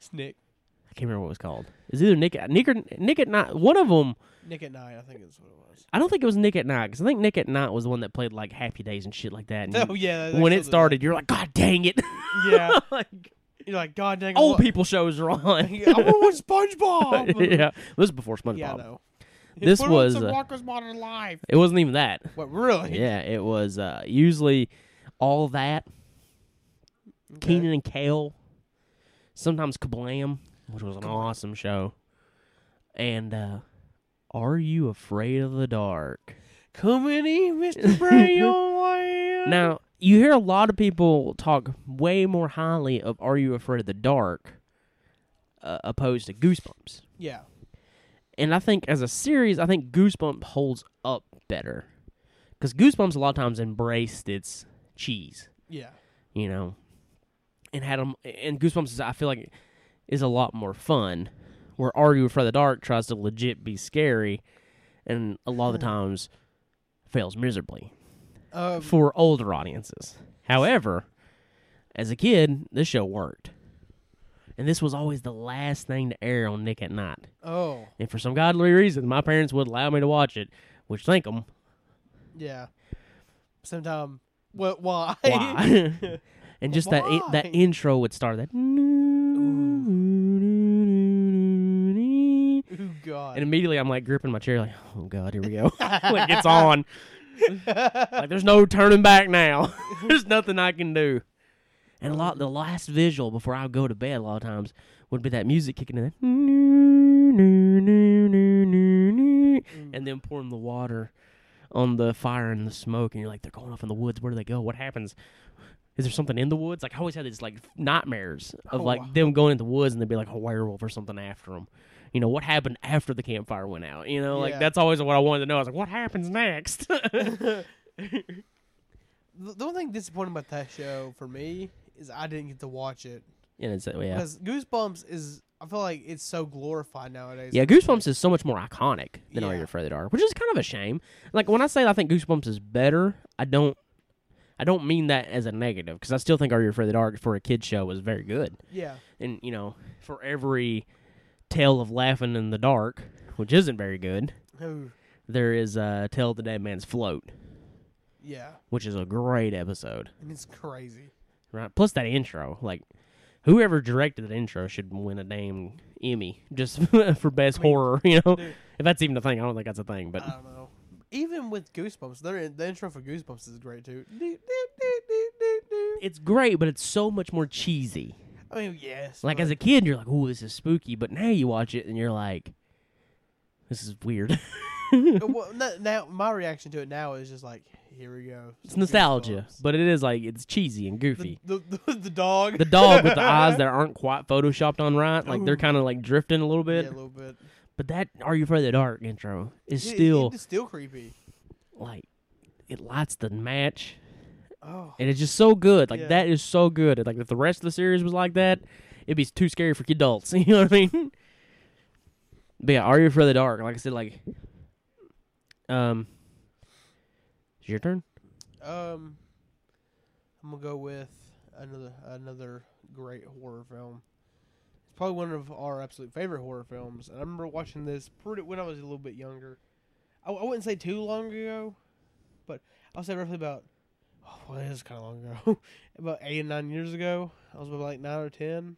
[SPEAKER 2] Snick,
[SPEAKER 1] I can't remember what it was called. It's either Nick at Nick or Nick at Night. One of them.
[SPEAKER 2] Nick at Night, I think is what it was.
[SPEAKER 1] I don't think it was Nick at Night because I think Nick at Night was the one that played like Happy Days and shit like that. And
[SPEAKER 2] Oh yeah, they
[SPEAKER 1] when it
[SPEAKER 2] still do that.
[SPEAKER 1] started, you're like, God dang it!
[SPEAKER 2] yeah,
[SPEAKER 1] like
[SPEAKER 2] you're like God dang. I
[SPEAKER 1] old
[SPEAKER 2] wa-
[SPEAKER 1] people shows are on.
[SPEAKER 2] I want to watch SpongeBob.
[SPEAKER 1] yeah, this was before SpongeBob.
[SPEAKER 2] yeah, I know.
[SPEAKER 1] This
[SPEAKER 2] Put on
[SPEAKER 1] was,
[SPEAKER 2] some
[SPEAKER 1] uh,
[SPEAKER 2] Walker's Modern Life.
[SPEAKER 1] It wasn't even that.
[SPEAKER 2] What really?
[SPEAKER 1] Yeah, it was uh, usually all that
[SPEAKER 2] Okay.
[SPEAKER 1] Keenan and Kale, sometimes Kablam, which was an awesome show, and uh, Are You Afraid of the Dark?
[SPEAKER 2] Come in, here, Mr. Brown.
[SPEAKER 1] Now, you hear a lot of people talk way more highly of Are You Afraid of the Dark uh, opposed to Goosebumps.
[SPEAKER 2] yeah,
[SPEAKER 1] And I think as a series, I think Goosebumps holds up better. Because Goosebumps a lot of times embraced its cheese,
[SPEAKER 2] yeah,
[SPEAKER 1] you know, and had them. And Goosebumps, is, I feel like, is a lot more fun. Where Are You Afraid of the Dark tries to legit be scary and a lot of the times fails miserably
[SPEAKER 2] um,
[SPEAKER 1] for older audiences. However, as a kid, this show worked. And this was always the last thing to air on Nick at Night.
[SPEAKER 2] oh
[SPEAKER 1] And for some godly reason, my parents would allow me to watch it, which thank them.
[SPEAKER 2] yeah. Sometime, what? Why?
[SPEAKER 1] Why? and just that i- that
[SPEAKER 2] Why?
[SPEAKER 1] intro would start that, and
[SPEAKER 2] oh God.
[SPEAKER 1] immediately I'm like gripping my chair, like, oh god, here we go. like it's on. like there's no turning back now. there's nothing I can do. And a lot, the last visual before I would go to bed, a lot of times would be that music kicking in, that and then pouring the water on the fire and the smoke, and you're like, they're going off in the woods. Where do they go? What happens? Is there something in the woods? Like I always had these like nightmares of
[SPEAKER 2] Oh,
[SPEAKER 1] like
[SPEAKER 2] wow.
[SPEAKER 1] them going in the woods, and they'd be like a werewolf or something after them. You know what happened after the campfire went out? You know, like
[SPEAKER 2] Yeah.
[SPEAKER 1] that's always what I wanted to know. I was like, what happens next?
[SPEAKER 2] the the only thing disappointing about that show for me is I didn't get to watch it
[SPEAKER 1] And
[SPEAKER 2] uh,
[SPEAKER 1] it's yeah.
[SPEAKER 2] because Goosebumps is. I feel like it's so glorified nowadays.
[SPEAKER 1] Yeah, Goosebumps is so much more iconic than Are You
[SPEAKER 2] Yeah.
[SPEAKER 1] Afraid of the Dark, which is kind of a shame. Like when I say I think Goosebumps is better, I don't, I don't mean that as a negative because I still think Are You Afraid of the Dark for a kid show was very good.
[SPEAKER 2] Yeah.
[SPEAKER 1] And you know, for every tale of laughing in the dark, which isn't very good,
[SPEAKER 2] Oh,
[SPEAKER 1] there is uh, Tale of the Dead Man's Float,
[SPEAKER 2] yeah.
[SPEAKER 1] which is a great episode.
[SPEAKER 2] And it's crazy.
[SPEAKER 1] Right. Plus that intro, like whoever directed that intro should win a damn Emmy just for best horror. You know,
[SPEAKER 2] dude. Uh,
[SPEAKER 1] if that's even a thing, I don't think that's a thing. But
[SPEAKER 2] I don't know. Even with Goosebumps, their the intro for Goosebumps is great too. Doo, doo, doo, doo, doo, doo.
[SPEAKER 1] it's great, but it's so much more cheesy.
[SPEAKER 2] I mean, yes.
[SPEAKER 1] Like
[SPEAKER 2] but-
[SPEAKER 1] as a kid, you're like, "Ooh, this is spooky," but now you watch it and you're like, "This is weird."
[SPEAKER 2] well, no- now my reaction to it now is just like, here we go.
[SPEAKER 1] it's
[SPEAKER 2] Some
[SPEAKER 1] nostalgia,
[SPEAKER 2] Goosebumps.
[SPEAKER 1] but it is like it's cheesy and
[SPEAKER 2] The,
[SPEAKER 1] goofy.
[SPEAKER 2] the, the, the dog.
[SPEAKER 1] The dog with the eyes that aren't quite photoshopped on right, like they're
[SPEAKER 2] Ooh.
[SPEAKER 1] kind of like drifting a little
[SPEAKER 2] yeah, a
[SPEAKER 1] bit.
[SPEAKER 2] little bit.
[SPEAKER 1] But that "Are You Afraid of the Dark" intro is
[SPEAKER 2] It-
[SPEAKER 1] still
[SPEAKER 2] it's still creepy.
[SPEAKER 1] like it lights the match
[SPEAKER 2] Oh,
[SPEAKER 1] and it's just so good like
[SPEAKER 2] Yeah.
[SPEAKER 1] that is so good like if the rest of the series was like that it'd be too scary for adults you know what i mean but yeah are you afraid of the dark like i said like um it's your turn
[SPEAKER 2] um, I'm gonna go with another another great horror film. It's probably one of our absolute favorite horror films, and I remember watching this pretty when I was a little bit younger. I, I wouldn't say too long ago, but I'll say roughly about oh, well, it is kind of long ago, about eight and nine years ago. I was about like nine or ten,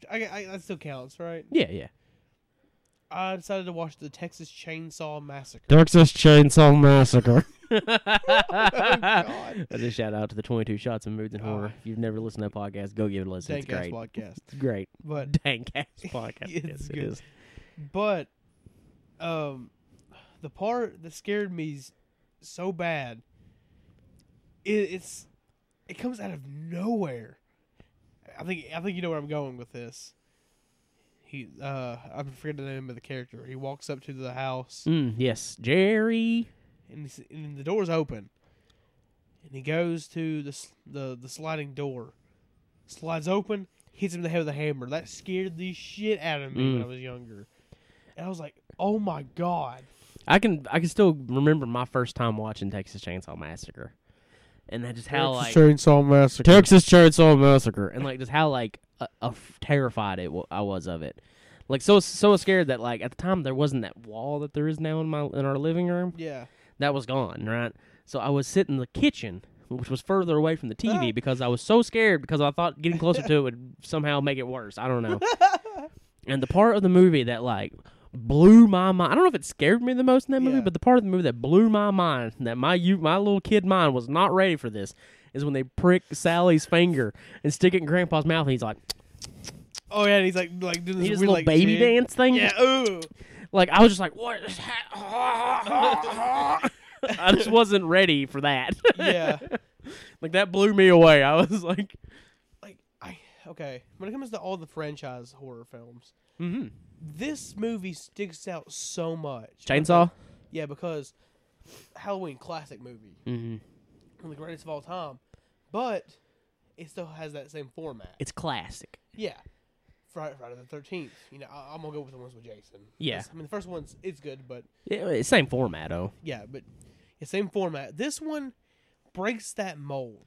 [SPEAKER 2] which I, I that still counts, right?
[SPEAKER 1] yeah yeah
[SPEAKER 2] I decided to watch the Texas Chainsaw Massacre. Oh,
[SPEAKER 1] texas chainsaw massacre
[SPEAKER 2] God.
[SPEAKER 1] That's a shout out to the 22 Shots of Moods and Horror.
[SPEAKER 2] Ah.
[SPEAKER 1] If you've never listened to that podcast, go give it a listen.
[SPEAKER 2] Dank
[SPEAKER 1] It's
[SPEAKER 2] ass
[SPEAKER 1] great.
[SPEAKER 2] podcast,
[SPEAKER 1] It's great.
[SPEAKER 2] but
[SPEAKER 1] Dank ass podcast.
[SPEAKER 2] It's
[SPEAKER 1] yes, it
[SPEAKER 2] good.
[SPEAKER 1] is.
[SPEAKER 2] But um, the part that scared me s- so bad. It, it's it comes out of nowhere. I think I think you know where I'm going with this. He uh, I forget the name of the character. He walks up to the house
[SPEAKER 1] Mm, yes, Jerry.
[SPEAKER 2] and, he's, and the door's open. And he goes to the s- the the sliding door, slides open, hits him in the head with a hammer. That scared the shit out of me when
[SPEAKER 1] Mm.
[SPEAKER 2] I was younger, and I was like, "Oh my god!"
[SPEAKER 1] I can I can still remember my first time watching Texas Chainsaw Massacre, and that just how like
[SPEAKER 2] Chainsaw Massacre.
[SPEAKER 1] Texas Chainsaw Massacre, and like just how like uh, uh, terrified it wa- I was of it. Like so so scared that like at the time there wasn't that wall that there is now in my in our living room.
[SPEAKER 2] Yeah,
[SPEAKER 1] that was gone, right? So I was sitting in the kitchen, which was further away from the
[SPEAKER 2] Ah.
[SPEAKER 1] TV because I was so scared because I thought getting closer to it would somehow make it worse. I don't know. and the part of the movie that like blew my mind I don't know if it scared me the most in that movie,
[SPEAKER 2] Yeah.
[SPEAKER 1] but the part of the movie that blew my mind that my you my little kid mind was not ready for this is when they prick Sally's finger and stick it in grandpa's mouth and he's like
[SPEAKER 2] Oh yeah, and he's like like doing
[SPEAKER 1] he does
[SPEAKER 2] this
[SPEAKER 1] a
[SPEAKER 2] weird,
[SPEAKER 1] little
[SPEAKER 2] like,
[SPEAKER 1] baby
[SPEAKER 2] jig.
[SPEAKER 1] dance thing.
[SPEAKER 2] Yeah, ooh.
[SPEAKER 1] Like I was just like, what is ha- I just wasn't ready for that.
[SPEAKER 2] Yeah.
[SPEAKER 1] Like that blew me away. I was like,
[SPEAKER 2] like I okay. When it comes to all the franchise horror films,
[SPEAKER 1] mm-hmm.
[SPEAKER 2] this movie sticks out so much.
[SPEAKER 1] chainsaw.
[SPEAKER 2] Yeah, because Halloween classic movie,
[SPEAKER 1] Mm-hmm.
[SPEAKER 2] one of the greatest of all time, but it still has that same format.
[SPEAKER 1] It's classic.
[SPEAKER 2] yeah, Friday, Friday the Thirteenth. You know, I, I'm gonna go with the ones with Jason.
[SPEAKER 1] Yeah.
[SPEAKER 2] That's- I mean the first one's it's good, but
[SPEAKER 1] Yeah, it's same format, oh.
[SPEAKER 2] yeah, but yeah, same format. This one breaks that mold.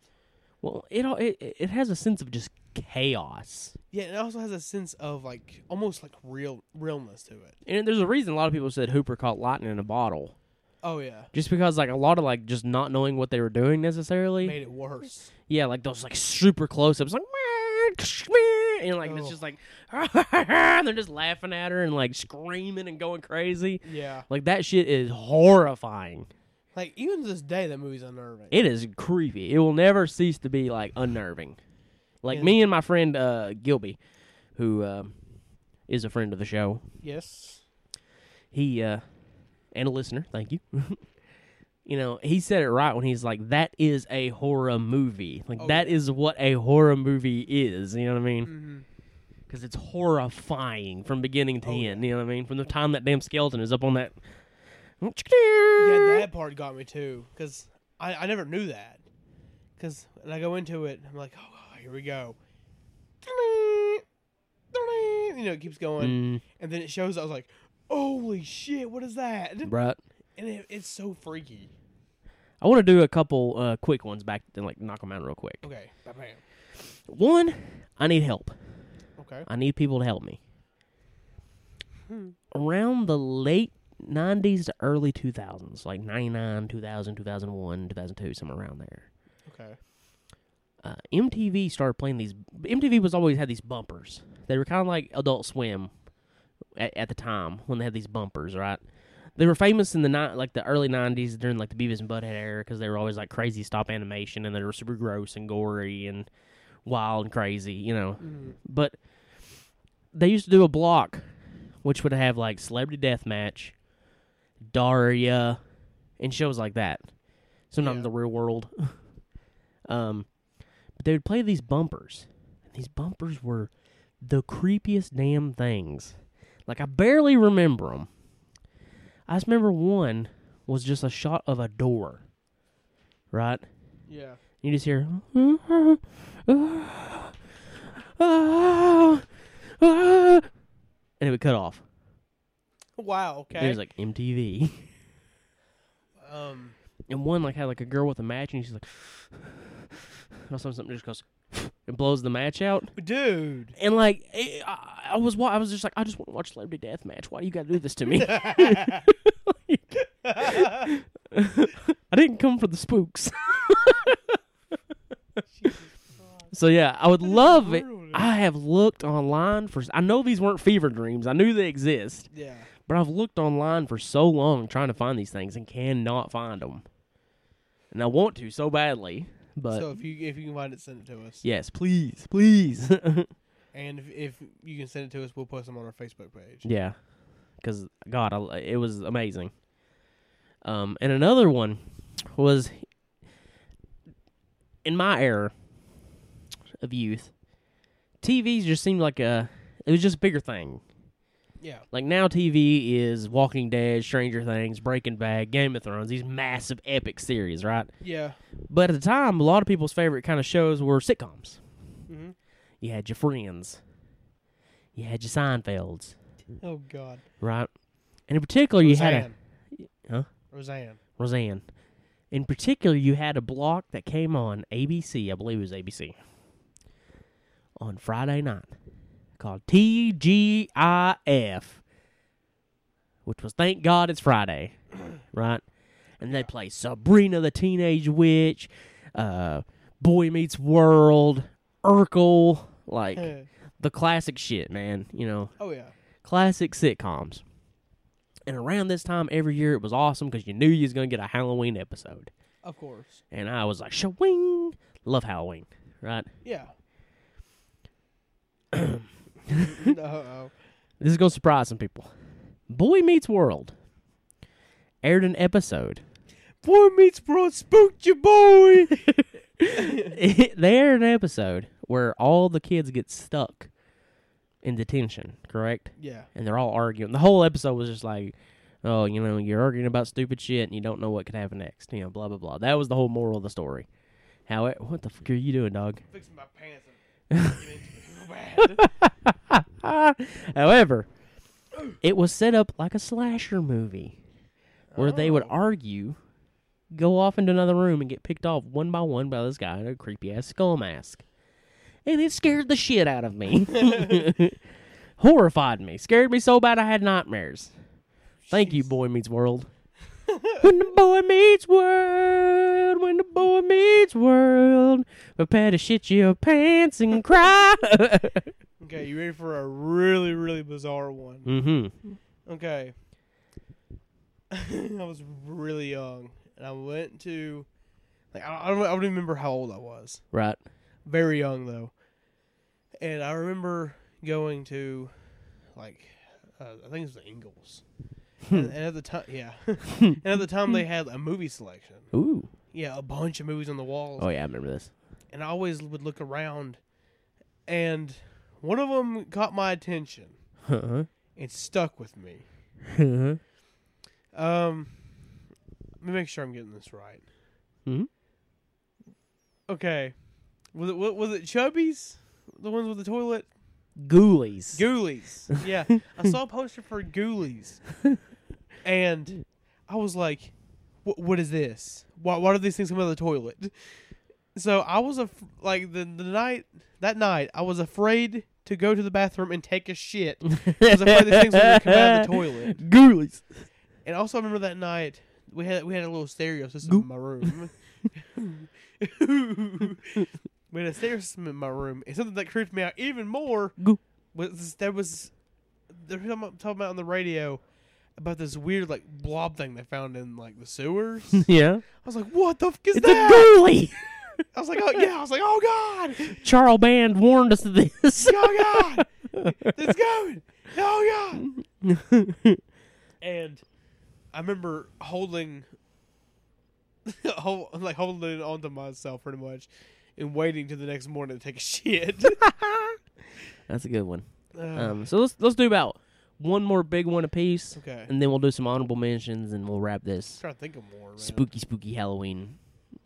[SPEAKER 1] Well, it all it, it has a sense of just chaos,
[SPEAKER 2] Yeah, and it also has a sense of like almost like real realness to it.
[SPEAKER 1] and there's a reason a lot of people said Hooper caught lightning in a bottle,
[SPEAKER 2] Oh yeah,
[SPEAKER 1] just because like a lot of like just not knowing what they were doing necessarily.
[SPEAKER 2] made it worse.
[SPEAKER 1] Yeah, like those like super close ups, like and like it's
[SPEAKER 2] Oh.
[SPEAKER 1] just like and they're just laughing at her and like screaming and going crazy.
[SPEAKER 2] Yeah,
[SPEAKER 1] Like that shit is horrifying.
[SPEAKER 2] like even to this day, that movie's unnerving.
[SPEAKER 1] It is creepy. It will never cease to be like unnerving. Like
[SPEAKER 2] Yeah.
[SPEAKER 1] me and my friend uh, Gilby, who um is a friend of the show,
[SPEAKER 2] yes.
[SPEAKER 1] he uh, and a listener. Thank you. you know, he said it right when he's like, "That is a horror movie. Like
[SPEAKER 2] Oh,
[SPEAKER 1] that is what a horror movie is." You know what I mean?
[SPEAKER 2] Mm-hmm.
[SPEAKER 1] Because it's horrifying from beginning to
[SPEAKER 2] Oh,
[SPEAKER 1] end. You know what I mean? From the time that damn skeleton is up on that.
[SPEAKER 2] Yeah, that part got me too, cause I, I never knew that, cause and I go into it, I'm like, oh, here we go, you know, it keeps going,
[SPEAKER 1] Mm,
[SPEAKER 2] and then it shows. I was like, holy shit, what is that?
[SPEAKER 1] bruh.
[SPEAKER 2] And it, it's so freaky.
[SPEAKER 1] I want to do a couple uh, quick ones back and like knock them out real quick.
[SPEAKER 2] Okay, bam, bam.
[SPEAKER 1] One, I need help.
[SPEAKER 2] Okay.
[SPEAKER 1] I need people to help me. Around the late 90s to early 2000s, like 99, 2000, 2001, 2002, somewhere around there.
[SPEAKER 2] Okay.
[SPEAKER 1] Uh, MTV started playing these. MTV was always had these bumpers. They were kind of like Adult Swim at, at the time when they had these bumpers, right? They were famous in the ni- like the early '90s during like the Beavis and Butthead era because they were always like crazy stop animation and they were super gross and gory and wild and crazy, you know. But they used to do a block which would have like Celebrity Deathmatch, Daria, and shows like that. Sometimes
[SPEAKER 2] Yeah.
[SPEAKER 1] the real world. um, but they would play these bumpers. And these bumpers were the creepiest damn things. Like I barely remember them. I just remember one was just a shot of a door, right?
[SPEAKER 2] Yeah.
[SPEAKER 1] You just hear. And it would cut off.
[SPEAKER 2] Wow.
[SPEAKER 1] And
[SPEAKER 2] Okay.
[SPEAKER 1] it was like MTV.
[SPEAKER 2] um.
[SPEAKER 1] And one like had like a girl with a match and she's like and all of a sudden something just goes and blows the match out.
[SPEAKER 2] Dude.
[SPEAKER 1] And like it, I, I was wa- I was just like I just want to watch Celebrity Deathmatch. Why do you got to do this to me? I didn't come for the spooks. so yeah, I would love it.
[SPEAKER 2] brutal.
[SPEAKER 1] I have looked online for. I know these weren't fever dreams. I knew they exist,
[SPEAKER 2] Yeah.
[SPEAKER 1] but I've looked online for so long trying to find these things and cannot find them. And I want to so badly, but
[SPEAKER 2] so if you if you can find it, send it to us.
[SPEAKER 1] yes, please, please.
[SPEAKER 2] And if, if you can send it to us, we'll post them on our Facebook page.
[SPEAKER 1] yeah, because God, I, it was amazing. Um, and another one was in my era of youth, TVs just seemed like a it was just a bigger thing.
[SPEAKER 2] Yeah.
[SPEAKER 1] Like now, TV is Walking Dead, Stranger Things, Breaking Bad, Game of Thrones, these massive epic series, right?
[SPEAKER 2] Yeah.
[SPEAKER 1] But at the time, a lot of people's favorite kind of shows were sitcoms.
[SPEAKER 2] Mhm.
[SPEAKER 1] You had your Friends, you had your Seinfelds,
[SPEAKER 2] Oh God.
[SPEAKER 1] right? And in particular, Oh, you had a Huh?
[SPEAKER 2] Roseanne.
[SPEAKER 1] Roseanne. In particular, you had a block that came on ABC, I believe it was ABC, on Friday night called TGIF, which was Thank God It's Friday, right? And they play Sabrina the Teenage Witch, uh, Boy Meets World, Urkel, like the classic shit, man, you know
[SPEAKER 2] oh yeah.
[SPEAKER 1] classic sitcoms. And around this time every year, it was awesome because you knew you was gonna get a Halloween episode,
[SPEAKER 2] Of course.
[SPEAKER 1] and I was like, "Shawing, love Halloween, right?"
[SPEAKER 2] Yeah. Mm-hmm. no.
[SPEAKER 1] This is gonna surprise some people. Boy Meets World aired an episode.
[SPEAKER 2] Boy meets world spooked you boy.
[SPEAKER 1] they aired an episode where all the kids get stuck in detention, correct?
[SPEAKER 2] yeah.
[SPEAKER 1] and they're all arguing. The whole episode was just like, oh, you know, you're arguing about stupid shit and you don't know what could happen next. You know, blah blah blah. That was the whole moral of the story. How it, what the fuck are you doing, dog?
[SPEAKER 2] Fixing my pants. And so bad.
[SPEAKER 1] However, it was set up like a slasher movie where they would
[SPEAKER 2] Oh.
[SPEAKER 1] argue, go off into another room, and get picked off one by one by this guy in a creepy ass skull mask. And it scared the shit out of me. Horrified me. Scared me so bad I had nightmares. Thank you, Boy Meets World. when the boy meets world, when the boy meets world, prepare to shit your pants and cry.
[SPEAKER 2] okay, you ready for a really really bizarre one?
[SPEAKER 1] mm-hmm.
[SPEAKER 2] Okay. I was really young, and I went to, like, I I don't, I don't remember how old I was.
[SPEAKER 1] Right.
[SPEAKER 2] Very young though, and I remember going to, like, uh, I think it was the Ingalls, and, and at the time, yeah, and at the time they had a movie selection.
[SPEAKER 1] Ooh.
[SPEAKER 2] Yeah, a bunch of movies on the walls,
[SPEAKER 1] Oh yeah, I remember this.
[SPEAKER 2] and I always would look around, and one of them caught my attention
[SPEAKER 1] Huh.
[SPEAKER 2] and stuck with me.
[SPEAKER 1] Huh.
[SPEAKER 2] Um, let me make sure I'm getting this right.
[SPEAKER 1] Hmm?
[SPEAKER 2] Okay, was it wa- was it Chubby's? The ones with the toilet?
[SPEAKER 1] Ghoulies.
[SPEAKER 2] Ghoulies. Yeah, I saw a poster for Ghoulies, and I was like, "What? What is this? Why? Why do these things come out of the toilet?" So I was af- like the the night that night I was afraid to go to the bathroom and take a shit. I was afraid these things were gonna come out of the toilet.
[SPEAKER 1] Ghoulies.
[SPEAKER 2] And also, I remember that night we had we had a little stereo system in my room. we had a stereo system in my room, and something that creeped me out even more
[SPEAKER 1] Goo.
[SPEAKER 2] was there was there was something talking about on the radio about this weird like blob thing they found in like the sewers. I
[SPEAKER 1] yeah.
[SPEAKER 2] was like, "What the fuck is
[SPEAKER 1] It's
[SPEAKER 2] that?"
[SPEAKER 1] a ghoulie.
[SPEAKER 2] I was like, "Oh yeah," I was like, "Oh god,
[SPEAKER 1] Charles Band warned us of this.
[SPEAKER 2] oh god, it's going, oh god." and I remember holding, hol- like holding it onto myself pretty much, and waiting till the next morning to take a shit.
[SPEAKER 1] That's a good one.
[SPEAKER 2] Uh,
[SPEAKER 1] Um, so let's let's do about one more big one apiece,
[SPEAKER 2] okay, I'm
[SPEAKER 1] and then we'll do some honorable mentions, and we'll wrap this
[SPEAKER 2] trying to think of more. Man.
[SPEAKER 1] spooky spooky Halloween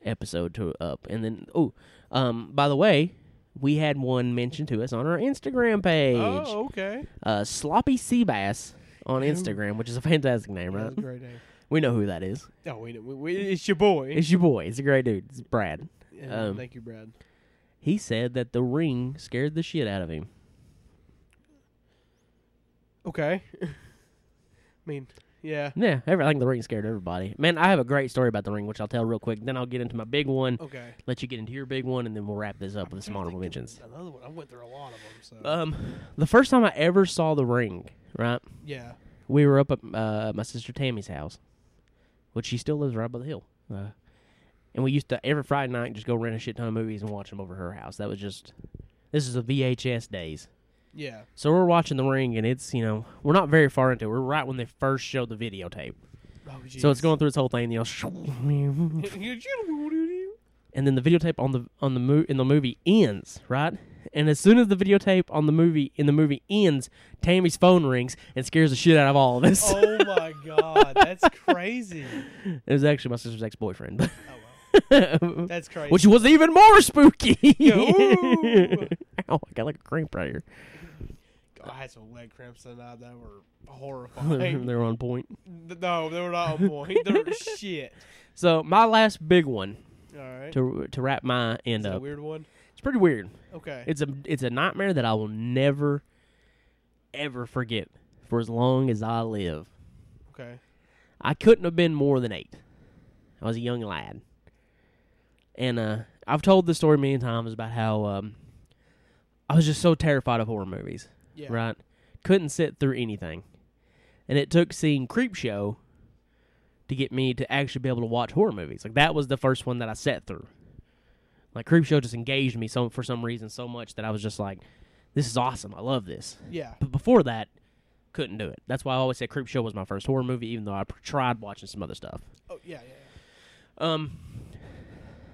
[SPEAKER 1] episode to up. And then oh, um, by the way, we had one mentioned to us on our Instagram page.
[SPEAKER 2] Oh, okay.
[SPEAKER 1] uh, Sloppy Seabass on Instagram, which is a fantastic name,
[SPEAKER 2] That
[SPEAKER 1] right?
[SPEAKER 2] was a great name. Oh,
[SPEAKER 1] We know who that is.
[SPEAKER 2] No, we, we, we, it's your boy.
[SPEAKER 1] It's your boy. It's a great dude. It's Brad.
[SPEAKER 2] And
[SPEAKER 1] um,
[SPEAKER 2] thank you, Brad.
[SPEAKER 1] He said that the ring scared the shit out of him.
[SPEAKER 2] Okay. I mean, yeah.
[SPEAKER 1] Yeah, every, I think the ring scared everybody. Man, I have a great story about the ring, which I'll tell real quick. Then I'll get into my big one,
[SPEAKER 2] Okay.
[SPEAKER 1] let you get into your big one, and then we'll wrap this up with some honorable mentions.
[SPEAKER 2] Another one. I went through a lot of them. So
[SPEAKER 1] Um, the first time I ever saw the ring, right?
[SPEAKER 2] yeah.
[SPEAKER 1] we were up at uh, my sister Tammy's house, which she still lives right by the hill. Uh, and we used to every Friday night just go rent a shit ton of movies and watch them over her house. That was just this is the VHS days.
[SPEAKER 2] Yeah.
[SPEAKER 1] So we're watching The Ring, and it's, you know, we're not very far into it. We're right when they first showed the videotape.
[SPEAKER 2] Oh,
[SPEAKER 1] So it's going through its whole thing, you know,
[SPEAKER 2] going.
[SPEAKER 1] and then the videotape on the on the mo- in the movie ends, right? And as soon as the videotape on the movie in the movie ends, Tammy's phone rings and scares the shit out of all of us.
[SPEAKER 2] oh my god, that's crazy.
[SPEAKER 1] It was actually my sister's ex boyfriend,
[SPEAKER 2] Oh, wow. That's crazy.
[SPEAKER 1] which was even more spooky.
[SPEAKER 2] ooh.
[SPEAKER 1] Ow, I got like a cramp right here.
[SPEAKER 2] Oh, I had some leg cramps tonight that were horrifying.
[SPEAKER 1] They're on point.
[SPEAKER 2] Th- no, they were not on point. They were shit.
[SPEAKER 1] So my last big one
[SPEAKER 2] All right.
[SPEAKER 1] to to wrap my end
[SPEAKER 2] Is it a
[SPEAKER 1] up.
[SPEAKER 2] weird one.
[SPEAKER 1] It's pretty weird.
[SPEAKER 2] Okay.
[SPEAKER 1] It's a it's a nightmare that I will never ever forget for as long as I live.
[SPEAKER 2] okay.
[SPEAKER 1] I couldn't have been more than eight. I was a young lad, and uh, I've told this story many times about how um, I was just so terrified of horror movies.
[SPEAKER 2] Yeah.
[SPEAKER 1] Right, couldn't sit through anything, and it took seeing Creepshow to get me to actually be able to watch horror movies. Like that was the first one that I sat through. Like Creepshow just engaged me so for some reason so much that I was just like, "This is awesome! I love this."
[SPEAKER 2] Yeah.
[SPEAKER 1] But before that, couldn't do it. That's why I always said Creep Show was my first horror movie, even though I pr- tried watching some other stuff.
[SPEAKER 2] Oh yeah, yeah.
[SPEAKER 1] Um,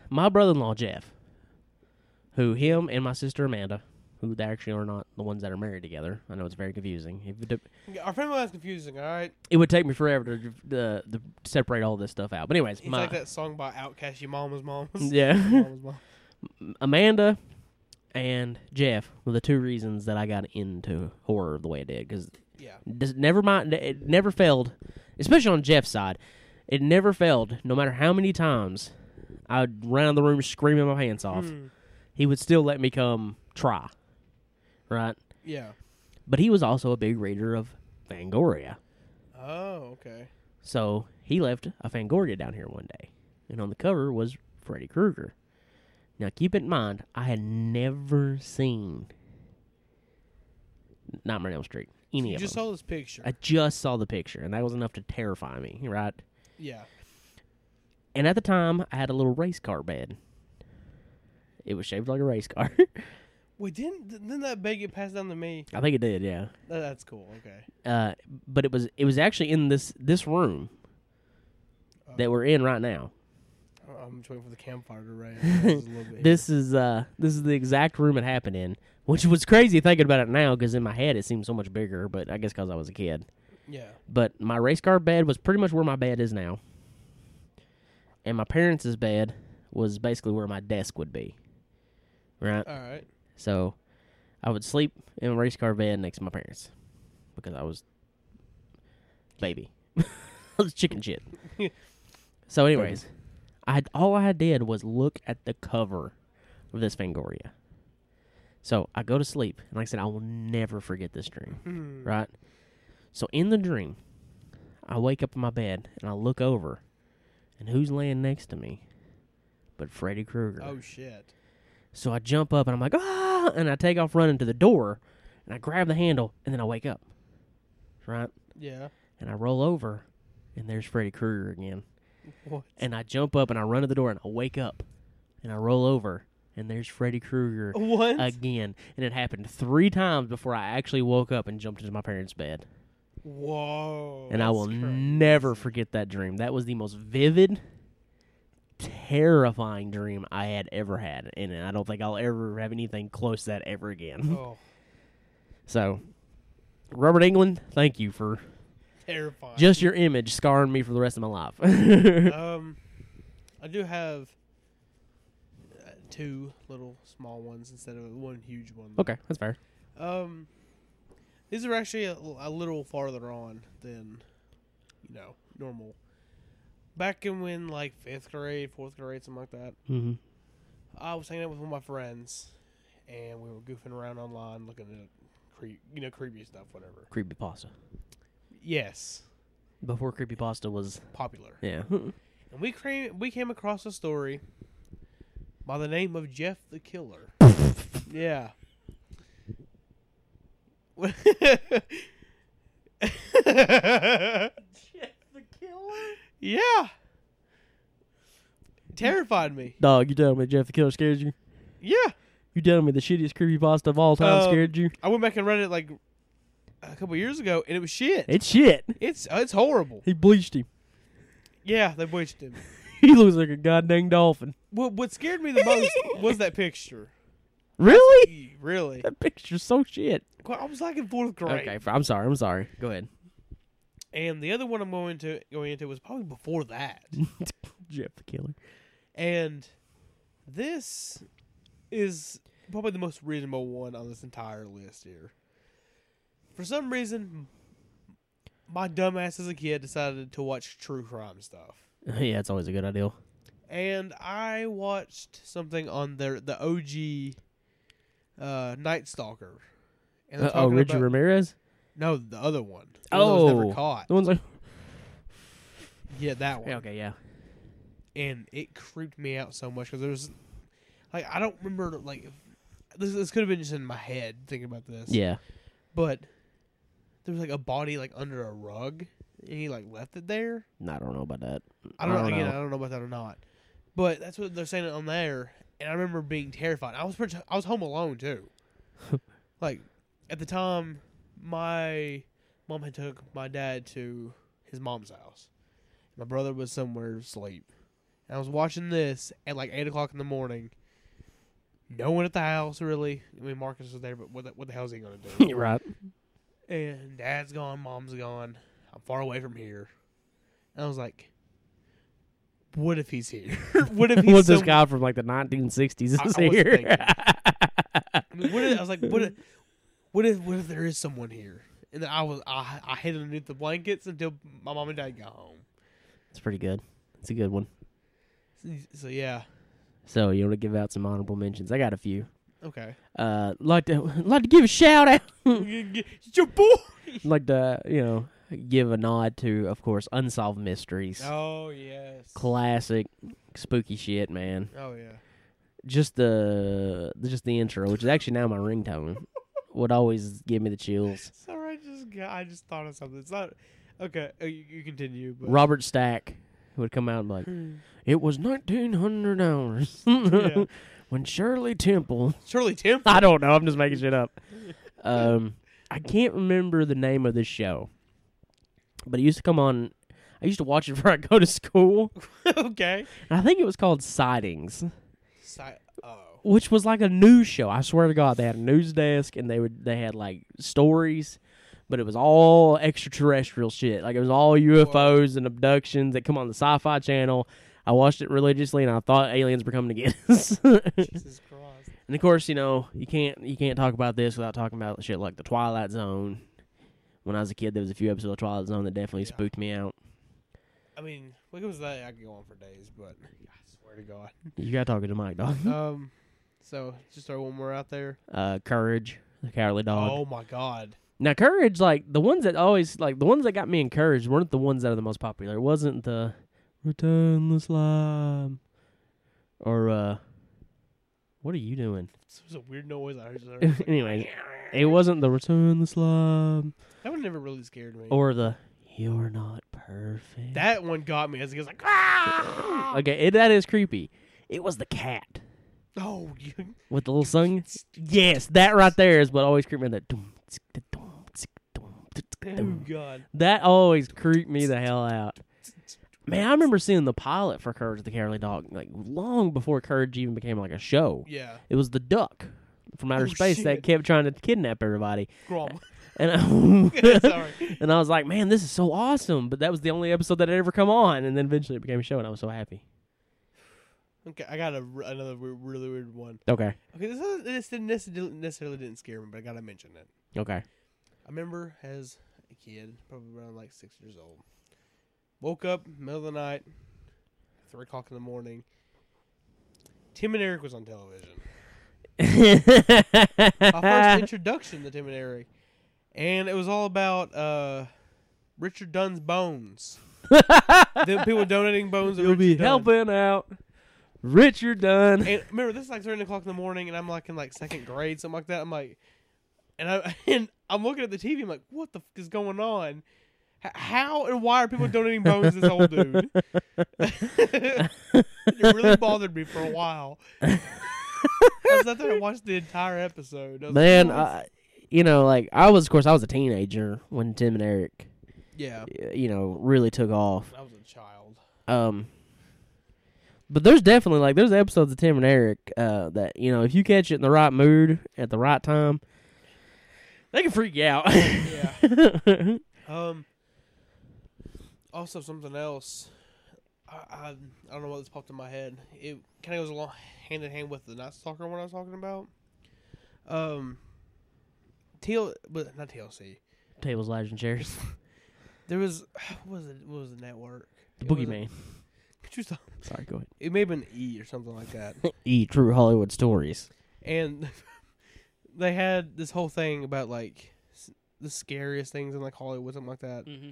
[SPEAKER 1] my brother-in-law Jeff, who him and my sister Amanda, who they actually are not the ones that are married together. I know it's very confusing. If it, d-
[SPEAKER 2] yeah. Our family line's confusing. All right.
[SPEAKER 1] it would take me forever to, to, to separate all this stuff out. But anyways,
[SPEAKER 2] It's
[SPEAKER 1] my
[SPEAKER 2] like that song by Outkast. Your mama's mama's.
[SPEAKER 1] yeah,
[SPEAKER 2] mama's mom.
[SPEAKER 1] Amanda and Jeff were the two reasons that I got into horror the way I did because
[SPEAKER 2] Yeah.
[SPEAKER 1] does, never mind. It never failed, especially on Jeff's side. It never failed, no matter how many times I ran out of the room screaming my pants off.
[SPEAKER 2] Hmm.
[SPEAKER 1] He would still let me come try, right?
[SPEAKER 2] Yeah.
[SPEAKER 1] But he was also a big reader of Fangoria,
[SPEAKER 2] Oh, okay.
[SPEAKER 1] so he left a Fangoria down here one day, and on the cover was Freddy Krueger. Now keep in mind, I had never seen Nightmare on Elm Street. Any
[SPEAKER 2] You
[SPEAKER 1] of
[SPEAKER 2] just
[SPEAKER 1] them.
[SPEAKER 2] saw this picture.
[SPEAKER 1] I just saw the picture, and that was enough to terrify me, right?
[SPEAKER 2] yeah.
[SPEAKER 1] And at the time, I had a little race car bed. It was shaped like a race car.
[SPEAKER 2] Wait, didn't didn't that bed get passed down to me?
[SPEAKER 1] I think it did, yeah.
[SPEAKER 2] That, that's cool. Okay.
[SPEAKER 1] Uh, but it was it was actually in this this room that we're in right now.
[SPEAKER 2] I- I'm just waiting for the campfire to raise. This is a little bit
[SPEAKER 1] This is uh this is the exact room it happened in, which was crazy thinking about it now because in my head it seemed so much bigger. But I guess because I was a kid.
[SPEAKER 2] yeah.
[SPEAKER 1] But my race car bed was pretty much where my bed is now, and my parents' bed was basically where my desk would be. Right.
[SPEAKER 2] All right.
[SPEAKER 1] So I would sleep in a race car bed next to my parents because I was baby. I was chicken shit. so, anyways, I had, all I did was look at the cover of this Fangoria. So I go to sleep, and like I said, I will never forget this dream,
[SPEAKER 2] Hmm.
[SPEAKER 1] right? So in the dream, I wake up in my bed and I look over, and who's laying next to me? But Freddy Krueger.
[SPEAKER 2] Oh shit.
[SPEAKER 1] So I jump up and I'm like, ah, and I take off running to the door and I grab the handle and then I wake up. Right?
[SPEAKER 2] Yeah.
[SPEAKER 1] And I roll over and there's Freddy Krueger again.
[SPEAKER 2] What?
[SPEAKER 1] And I jump up and I run to the door and I wake up and I roll over and there's Freddy Krueger
[SPEAKER 2] Oh, What?
[SPEAKER 1] again. And it happened three times before I actually woke up and jumped into my parents' bed.
[SPEAKER 2] Whoa.
[SPEAKER 1] and I
[SPEAKER 2] Oh, that's
[SPEAKER 1] will
[SPEAKER 2] crazy.
[SPEAKER 1] never forget that dream. That was the most vivid, terrifying dream I had ever had, and I don't think I'll ever have anything close to that ever again.
[SPEAKER 2] Oh,
[SPEAKER 1] So, Robert England, thank you for
[SPEAKER 2] terrifying.
[SPEAKER 1] just your image scarring me for the rest of my life.
[SPEAKER 2] um, I do have uh, two little small ones instead of one huge one. though.
[SPEAKER 1] okay, that's fair.
[SPEAKER 2] Um, these are actually a, a little farther on than, you know, normal. Back in when, like, fifth grade, fourth grade, something like that,
[SPEAKER 1] Mm-hmm.
[SPEAKER 2] I was hanging out with one of my friends, and we were goofing around online looking at, creep, you know, creepy stuff, whatever.
[SPEAKER 1] Creepy pasta
[SPEAKER 2] Yes,
[SPEAKER 1] before creepy pasta was
[SPEAKER 2] popular.
[SPEAKER 1] yeah.
[SPEAKER 2] And we came we came across a story by the name of Jeff the Killer. yeah. yeah. Terrified me.
[SPEAKER 1] Dog, you telling me Jeff the Killer scares you?
[SPEAKER 2] Yeah.
[SPEAKER 1] You telling me the shittiest creepypasta of all time
[SPEAKER 2] Um,
[SPEAKER 1] scared you?
[SPEAKER 2] I went back and read it like a couple years ago, and it was shit.
[SPEAKER 1] It's shit.
[SPEAKER 2] It's uh, it's horrible.
[SPEAKER 1] He bleached him.
[SPEAKER 2] Yeah, they wished him.
[SPEAKER 1] He looks like a goddamn dolphin.
[SPEAKER 2] What what scared me the most was that picture.
[SPEAKER 1] Really?
[SPEAKER 2] Gee, Really,
[SPEAKER 1] That picture's so shit.
[SPEAKER 2] I was like in fourth grade,
[SPEAKER 1] Okay, f- I'm sorry. I'm sorry. Go ahead.
[SPEAKER 2] and the other one I'm going to going into was probably before that.
[SPEAKER 1] Jeff the killer.
[SPEAKER 2] And this is probably the most reasonable one on this entire list here. For some reason, my dumbass as a kid decided to watch true crime stuff.
[SPEAKER 1] yeah, it's always a good idea.
[SPEAKER 2] And I watched something on their the OG uh, Night Stalker. And they're
[SPEAKER 1] Uh oh,
[SPEAKER 2] talking
[SPEAKER 1] Richard
[SPEAKER 2] about-
[SPEAKER 1] Ramirez.
[SPEAKER 2] No, the other one. The one that was
[SPEAKER 1] Oh.
[SPEAKER 2] never caught.
[SPEAKER 1] The one's like,
[SPEAKER 2] Yeah, that one.
[SPEAKER 1] yeah, okay, yeah.
[SPEAKER 2] and it creeped me out so much because there was like I don't remember like this, this could have been just in my head thinking about this.
[SPEAKER 1] Yeah.
[SPEAKER 2] But there was like a body like under a rug and he like left it there.
[SPEAKER 1] No, I don't know about that.
[SPEAKER 2] I
[SPEAKER 1] I don't
[SPEAKER 2] don't, know. Again,
[SPEAKER 1] know.
[SPEAKER 2] I don't know about that or not. But that's what they're saying on there, and I remember being terrified. I was pretty, I was home alone too. like at the time, my mom had took my dad to his mom's house. My brother was somewhere asleep, and I was watching this at like eight o'clock in the morning. No one at the house really. I mean, Marcus was there, but what the, what the hell is he gonna do?
[SPEAKER 1] You're right.
[SPEAKER 2] and dad's gone, mom's gone. I'm far away from here. And I was like, what if he's here? what if he's
[SPEAKER 1] What's this
[SPEAKER 2] some-
[SPEAKER 1] guy from like the 1960s is
[SPEAKER 2] I- I was
[SPEAKER 1] here?
[SPEAKER 2] thinking. I mean, what if, I was like, what if, what if, what if there is someone here? And then I was, I, I hid underneath the blankets until my mom and dad got home.
[SPEAKER 1] it's pretty good. It's a good one.
[SPEAKER 2] So yeah,
[SPEAKER 1] So you want to give out some honorable mentions? I got a few.
[SPEAKER 2] okay.
[SPEAKER 1] Uh, like to like to give a shout out.
[SPEAKER 2] it's your boy.
[SPEAKER 1] like to you know give a nod to, of course, unsolved mysteries.
[SPEAKER 2] Oh yes.
[SPEAKER 1] Classic spooky shit, man.
[SPEAKER 2] oh yeah.
[SPEAKER 1] Just the just the intro, which is actually now my ringtone, would always give me the chills.
[SPEAKER 2] Sorry, I just got, I just thought of something. It's not okay. uh, You, you continue. But
[SPEAKER 1] Robert Stack would come out and be like,
[SPEAKER 2] Hmm.
[SPEAKER 1] "It was 1900 hours
[SPEAKER 2] Yeah.
[SPEAKER 1] when Shirley Temple."
[SPEAKER 2] Shirley Temple.
[SPEAKER 1] I don't know. I'm just making shit up. Um, I can't remember the name of this show, but it used to come on. I used to watch it before I go to school.
[SPEAKER 2] okay.
[SPEAKER 1] And I think it was called Sightings,
[SPEAKER 2] Si- oh.
[SPEAKER 1] which was like a news show. I swear to God, they had a news desk and they would they had like stories, but it was all extraterrestrial shit. Like it was all UFOs and abductions that come on the Sci-Fi Channel. I watched it religiously, and I thought aliens were coming to get us.
[SPEAKER 2] Jesus Christ.
[SPEAKER 1] And of course, you know, you can't you can't talk about this without talking about shit like the Twilight Zone. When I was a kid, there was a few episodes of Twilight Zone that definitely
[SPEAKER 2] Yeah.
[SPEAKER 1] spooked me out.
[SPEAKER 2] I mean, when it comes to that, I could go on for days, but I swear to God.
[SPEAKER 1] You got talking to Mike, dog.
[SPEAKER 2] Um, so just throw one more out there.
[SPEAKER 1] Uh, Courage, the Cowardly Dog.
[SPEAKER 2] Oh my God.
[SPEAKER 1] Now, Courage, like the ones that always like the ones that got me encouraged weren't the ones that are the most popular. It wasn't the Return the Slime or uh, what are you doing?
[SPEAKER 2] This was a weird noise I heard. Just
[SPEAKER 1] Anyways, it wasn't the Return the Slime
[SPEAKER 2] that one never really scared me.
[SPEAKER 1] or the You're Not Perfect.
[SPEAKER 2] that one got me as it was like, ah!
[SPEAKER 1] Okay, it, that is creepy. It was the cat
[SPEAKER 2] Oh, you.
[SPEAKER 1] with the little sun. Yes, that right there is what always creeped me. That doom, tsk, da, doom, tsk, doom, tsk, da,
[SPEAKER 2] Oh,
[SPEAKER 1] doom.
[SPEAKER 2] God.
[SPEAKER 1] that always creeped me the hell out. Man, I remember seeing the pilot for Courage the Cowardly Dog like long before Courage even became like a show.
[SPEAKER 2] Yeah.
[SPEAKER 1] It was the duck from outer
[SPEAKER 2] Oh,
[SPEAKER 1] space that
[SPEAKER 2] shit.
[SPEAKER 1] kept trying to kidnap everybody,
[SPEAKER 2] Grom.
[SPEAKER 1] and I,
[SPEAKER 2] Sorry.
[SPEAKER 1] and I was like, man, this is so awesome. But that was the only episode that had ever come on, and then eventually it became a show, and I was so happy.
[SPEAKER 2] Okay, I got a, r- another weird, really weird one.
[SPEAKER 1] Okay,
[SPEAKER 2] Okay, this, doesn't- this didn't this didn't necessarily didn't scare me, but I got to mention it.
[SPEAKER 1] okay,
[SPEAKER 2] I remember as a kid, probably around like six years old, woke up middle of the night, three o'clock in the morning. Tim and Eric was on television. My first introduction to Tim and Eric, and it was all about uh, Richard Dunn's bones. the people donating bones. to
[SPEAKER 1] You'll
[SPEAKER 2] Richard
[SPEAKER 1] be
[SPEAKER 2] Dunn.
[SPEAKER 1] helping out Richard Dunn.
[SPEAKER 2] And remember, this is like three o'clock in the morning, and I'm like in like second grade, something like that. I'm like, and I and I'm looking at the TV. I'm like, what the f- is going on? H- How and why are people donating bones to this old dude? it really bothered me for a while. I was I sat there and watched the entire episode. I was like,
[SPEAKER 1] Man,
[SPEAKER 2] "Oh,
[SPEAKER 1] I, you know, like I was, of course, I was a teenager when Tim and Eric,
[SPEAKER 2] yeah,
[SPEAKER 1] you know, really took off.
[SPEAKER 2] I was a child.
[SPEAKER 1] Um, but there's definitely like there's episodes of Tim and Eric uh, that you know if you catch it in the right mood at the right time, they can freak you out.
[SPEAKER 2] Yeah. Um. Also, something else. I, I I don't know what this popped in my head. It kind of goes along hand in hand with the Night Stalker one I was talking about. Um. TL, but not TLC.
[SPEAKER 1] Tables, ladders, and chairs.
[SPEAKER 2] There was what was it? What was the network?
[SPEAKER 1] The
[SPEAKER 2] It was a-
[SPEAKER 1] Boogeyman.
[SPEAKER 2] Could you stop?
[SPEAKER 1] Sorry, go ahead.
[SPEAKER 2] It may have been E or something like that.
[SPEAKER 1] E True Hollywood Stories.
[SPEAKER 2] and they had this whole thing about like s- the scariest things in like Hollywood, something like that.
[SPEAKER 1] Mm-hmm.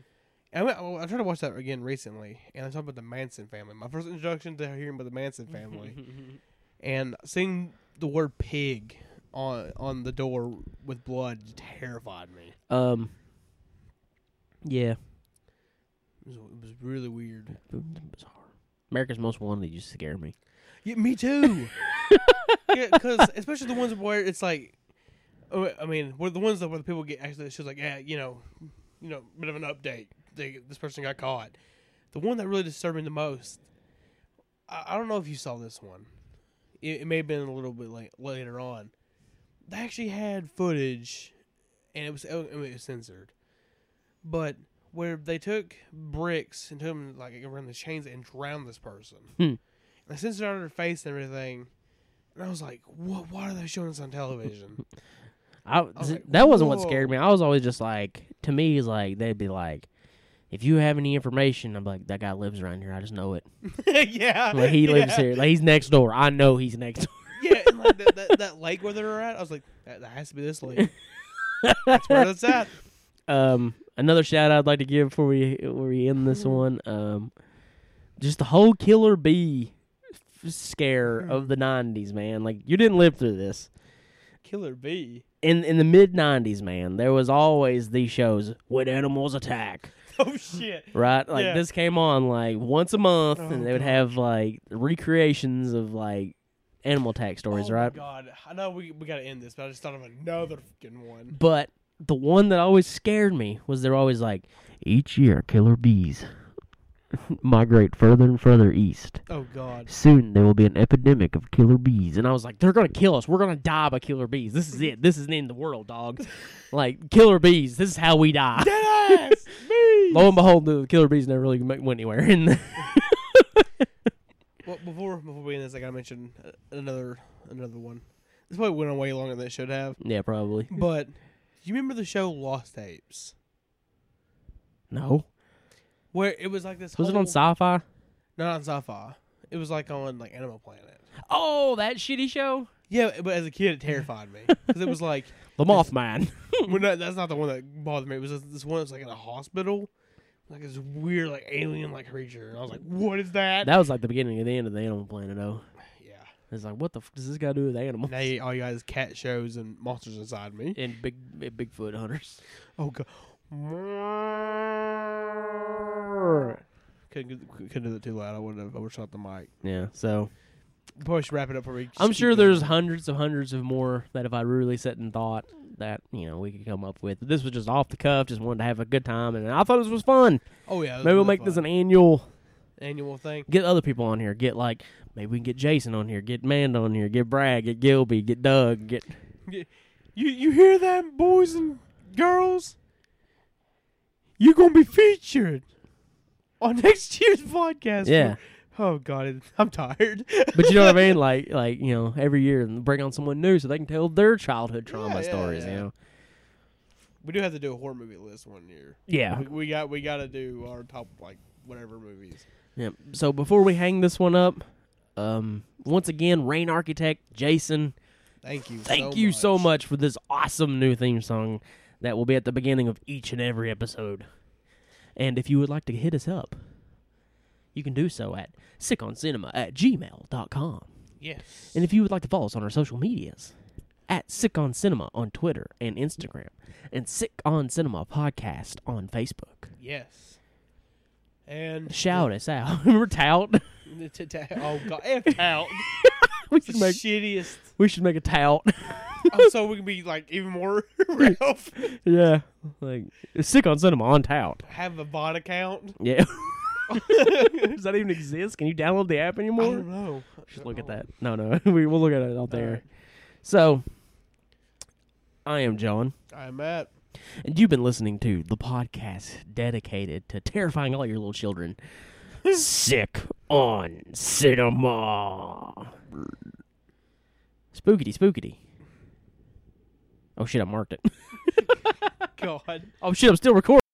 [SPEAKER 2] And I, went, I tried to watch that again recently, and I'm talking about the Manson family. My first introduction to hearing about the Manson family, and seeing the word "pig" on on the door with blood terrified me.
[SPEAKER 1] Um. Yeah.
[SPEAKER 2] It was, it was really weird.
[SPEAKER 1] Bizarre. America's Most Wanted used to scare me.
[SPEAKER 2] Yeah, me too. because especially the ones where it's like, oh, I mean, where the ones that where the people get actually she's like, yeah, you know, you know, bit of an update. They, this person got caught. The one that really disturbed me the most. I, I don't know if you saw this one. It, it may have been a little bit like later on. They actually had footage, and it was oh, I mean, it was censored, but where they took bricks and took them like around the chains and drowned this person.
[SPEAKER 1] Hmm.
[SPEAKER 2] I censored out her face and everything. And I was like, "What? Why are they showing this on television?"
[SPEAKER 1] I,
[SPEAKER 2] was like,
[SPEAKER 1] that wasn't what
[SPEAKER 2] "Whoa."
[SPEAKER 1] scared me. I was always just like, to me, it's like they'd be like, if you have any information, I'm like, that guy lives around here. I just know it.
[SPEAKER 2] yeah,
[SPEAKER 1] Like he
[SPEAKER 2] yeah.
[SPEAKER 1] lives here. Like he's next door. I know he's next door.
[SPEAKER 2] Yeah, and like that, that, that lake where they're at. I was like, "That, that has to be this lake. That's where that's at."
[SPEAKER 1] Um, another shout out I'd like to give before we before we end this one. Um, just the whole killer bee f- scare of the '90s, man. Like you didn't live through this.
[SPEAKER 2] Killer bee.
[SPEAKER 1] in in the mid '90s, man, there was always these shows when animals attack,
[SPEAKER 2] Oh shit.
[SPEAKER 1] right? Like
[SPEAKER 2] Yeah.
[SPEAKER 1] this came on like once a month,
[SPEAKER 2] Oh,
[SPEAKER 1] and they would
[SPEAKER 2] gosh.
[SPEAKER 1] have like recreations of like animal attack stories,
[SPEAKER 2] oh
[SPEAKER 1] right?
[SPEAKER 2] My God, I know we we gotta end this, but I just thought of another fucking one.
[SPEAKER 1] But the one that always scared me was they're always like, each year killer bees migrate further and further east.
[SPEAKER 2] Oh God.
[SPEAKER 1] Soon there will be an epidemic of killer bees, and I was like, they're gonna kill us. We're gonna die by killer bees. This is it. This is the end of the world, dog. like killer bees. This is how we die.
[SPEAKER 2] Deadass me.
[SPEAKER 1] Lo and behold, the killer bees never really m- went anywhere. And
[SPEAKER 2] Well, before before we end this, I gotta mention uh, another another one. This probably went on way longer than it should have.
[SPEAKER 1] yeah, probably
[SPEAKER 2] But you remember the show Lost Tapes?
[SPEAKER 1] no.
[SPEAKER 2] Where it was like this.
[SPEAKER 1] Was it
[SPEAKER 2] whole-
[SPEAKER 1] on Sci-Fi?
[SPEAKER 2] Not on sci-fi. It was like on like Animal Planet.
[SPEAKER 1] Oh, that shitty show,
[SPEAKER 2] Yeah, but as a kid, it terrified me because it was like
[SPEAKER 1] The Mothman.
[SPEAKER 2] well, no, that's not the one that bothered me. It was this- this one that was like in a hospital, like this weird like alien like creature, and I was like, what is that?
[SPEAKER 1] that was like the beginning of the end of the Animal Planet, though.
[SPEAKER 2] yeah.
[SPEAKER 1] It's like, what the f- does this got to do with animals
[SPEAKER 2] Now you- all you got is cat shows and monsters inside me.
[SPEAKER 1] and big and Bigfoot hunters?
[SPEAKER 2] Oh god. Couldn't, couldn't do that too loud. I would have overshot the mic.
[SPEAKER 1] Yeah, so
[SPEAKER 2] We Probably should wrap it up for me.
[SPEAKER 1] I'm sure there's hundreds of hundreds of more that if I really sat and thought that you know we could come up with. This was just off the cuff, just wanted to have a good time, and I thought this was fun.
[SPEAKER 2] Oh yeah.
[SPEAKER 1] Maybe we'll make this an annual
[SPEAKER 2] annual thing.
[SPEAKER 1] get other people on here. Get like maybe we can get Jason on here, get Manda on here, get Brad, get Gilby, get Doug, get
[SPEAKER 2] You you hear that, boys and girls? You're gonna be featured on next year's podcast.
[SPEAKER 1] yeah.
[SPEAKER 2] Oh god, it- I'm tired.
[SPEAKER 1] But you know what I mean? Like like you know every year and bring on someone new so they can tell their childhood trauma
[SPEAKER 2] Yeah, yeah,
[SPEAKER 1] stories.
[SPEAKER 2] yeah.
[SPEAKER 1] You know?
[SPEAKER 2] we do have to do a horror movie list one year.
[SPEAKER 1] Yeah.
[SPEAKER 2] We, we got we got to do our top like whatever movies.
[SPEAKER 1] Yeah. So before we hang this one up, um, once again, Rain Architect Jason,
[SPEAKER 2] Thank you.
[SPEAKER 1] thank
[SPEAKER 2] so
[SPEAKER 1] you
[SPEAKER 2] much.
[SPEAKER 1] so much for this awesome new theme song that will be at the beginning of each and every episode. And if you would like to hit us up, you can do so at sickoncinema at gmail.com.
[SPEAKER 2] Yes.
[SPEAKER 1] And if you would like to follow us on our social medias, at Sick on Cinema on Twitter and Instagram, and Sick on Cinema Podcast on Facebook.
[SPEAKER 2] Yes. And
[SPEAKER 1] Shout us out. We're tout.
[SPEAKER 2] The t- t- oh god, F out.
[SPEAKER 1] we
[SPEAKER 2] The
[SPEAKER 1] should make
[SPEAKER 2] shittiest.
[SPEAKER 1] we should make a tout.
[SPEAKER 2] oh, so we can be like even more Ralph.
[SPEAKER 1] yeah, like sick on cinema on tout.
[SPEAKER 2] Have a bot account.
[SPEAKER 1] Yeah. Does that even exist? Can you download the app
[SPEAKER 2] I
[SPEAKER 1] anymore?
[SPEAKER 2] don't know.
[SPEAKER 1] Just look at that. No, no, we will look at it out there.
[SPEAKER 2] right.
[SPEAKER 1] So, I am John,
[SPEAKER 2] I'm Matt.
[SPEAKER 1] and you've been listening to the podcast dedicated to terrifying all your little children. Sick on cinema. Spookity, spookity. Oh shit! I marked it.
[SPEAKER 2] God.
[SPEAKER 1] Oh shit! I'm still recording.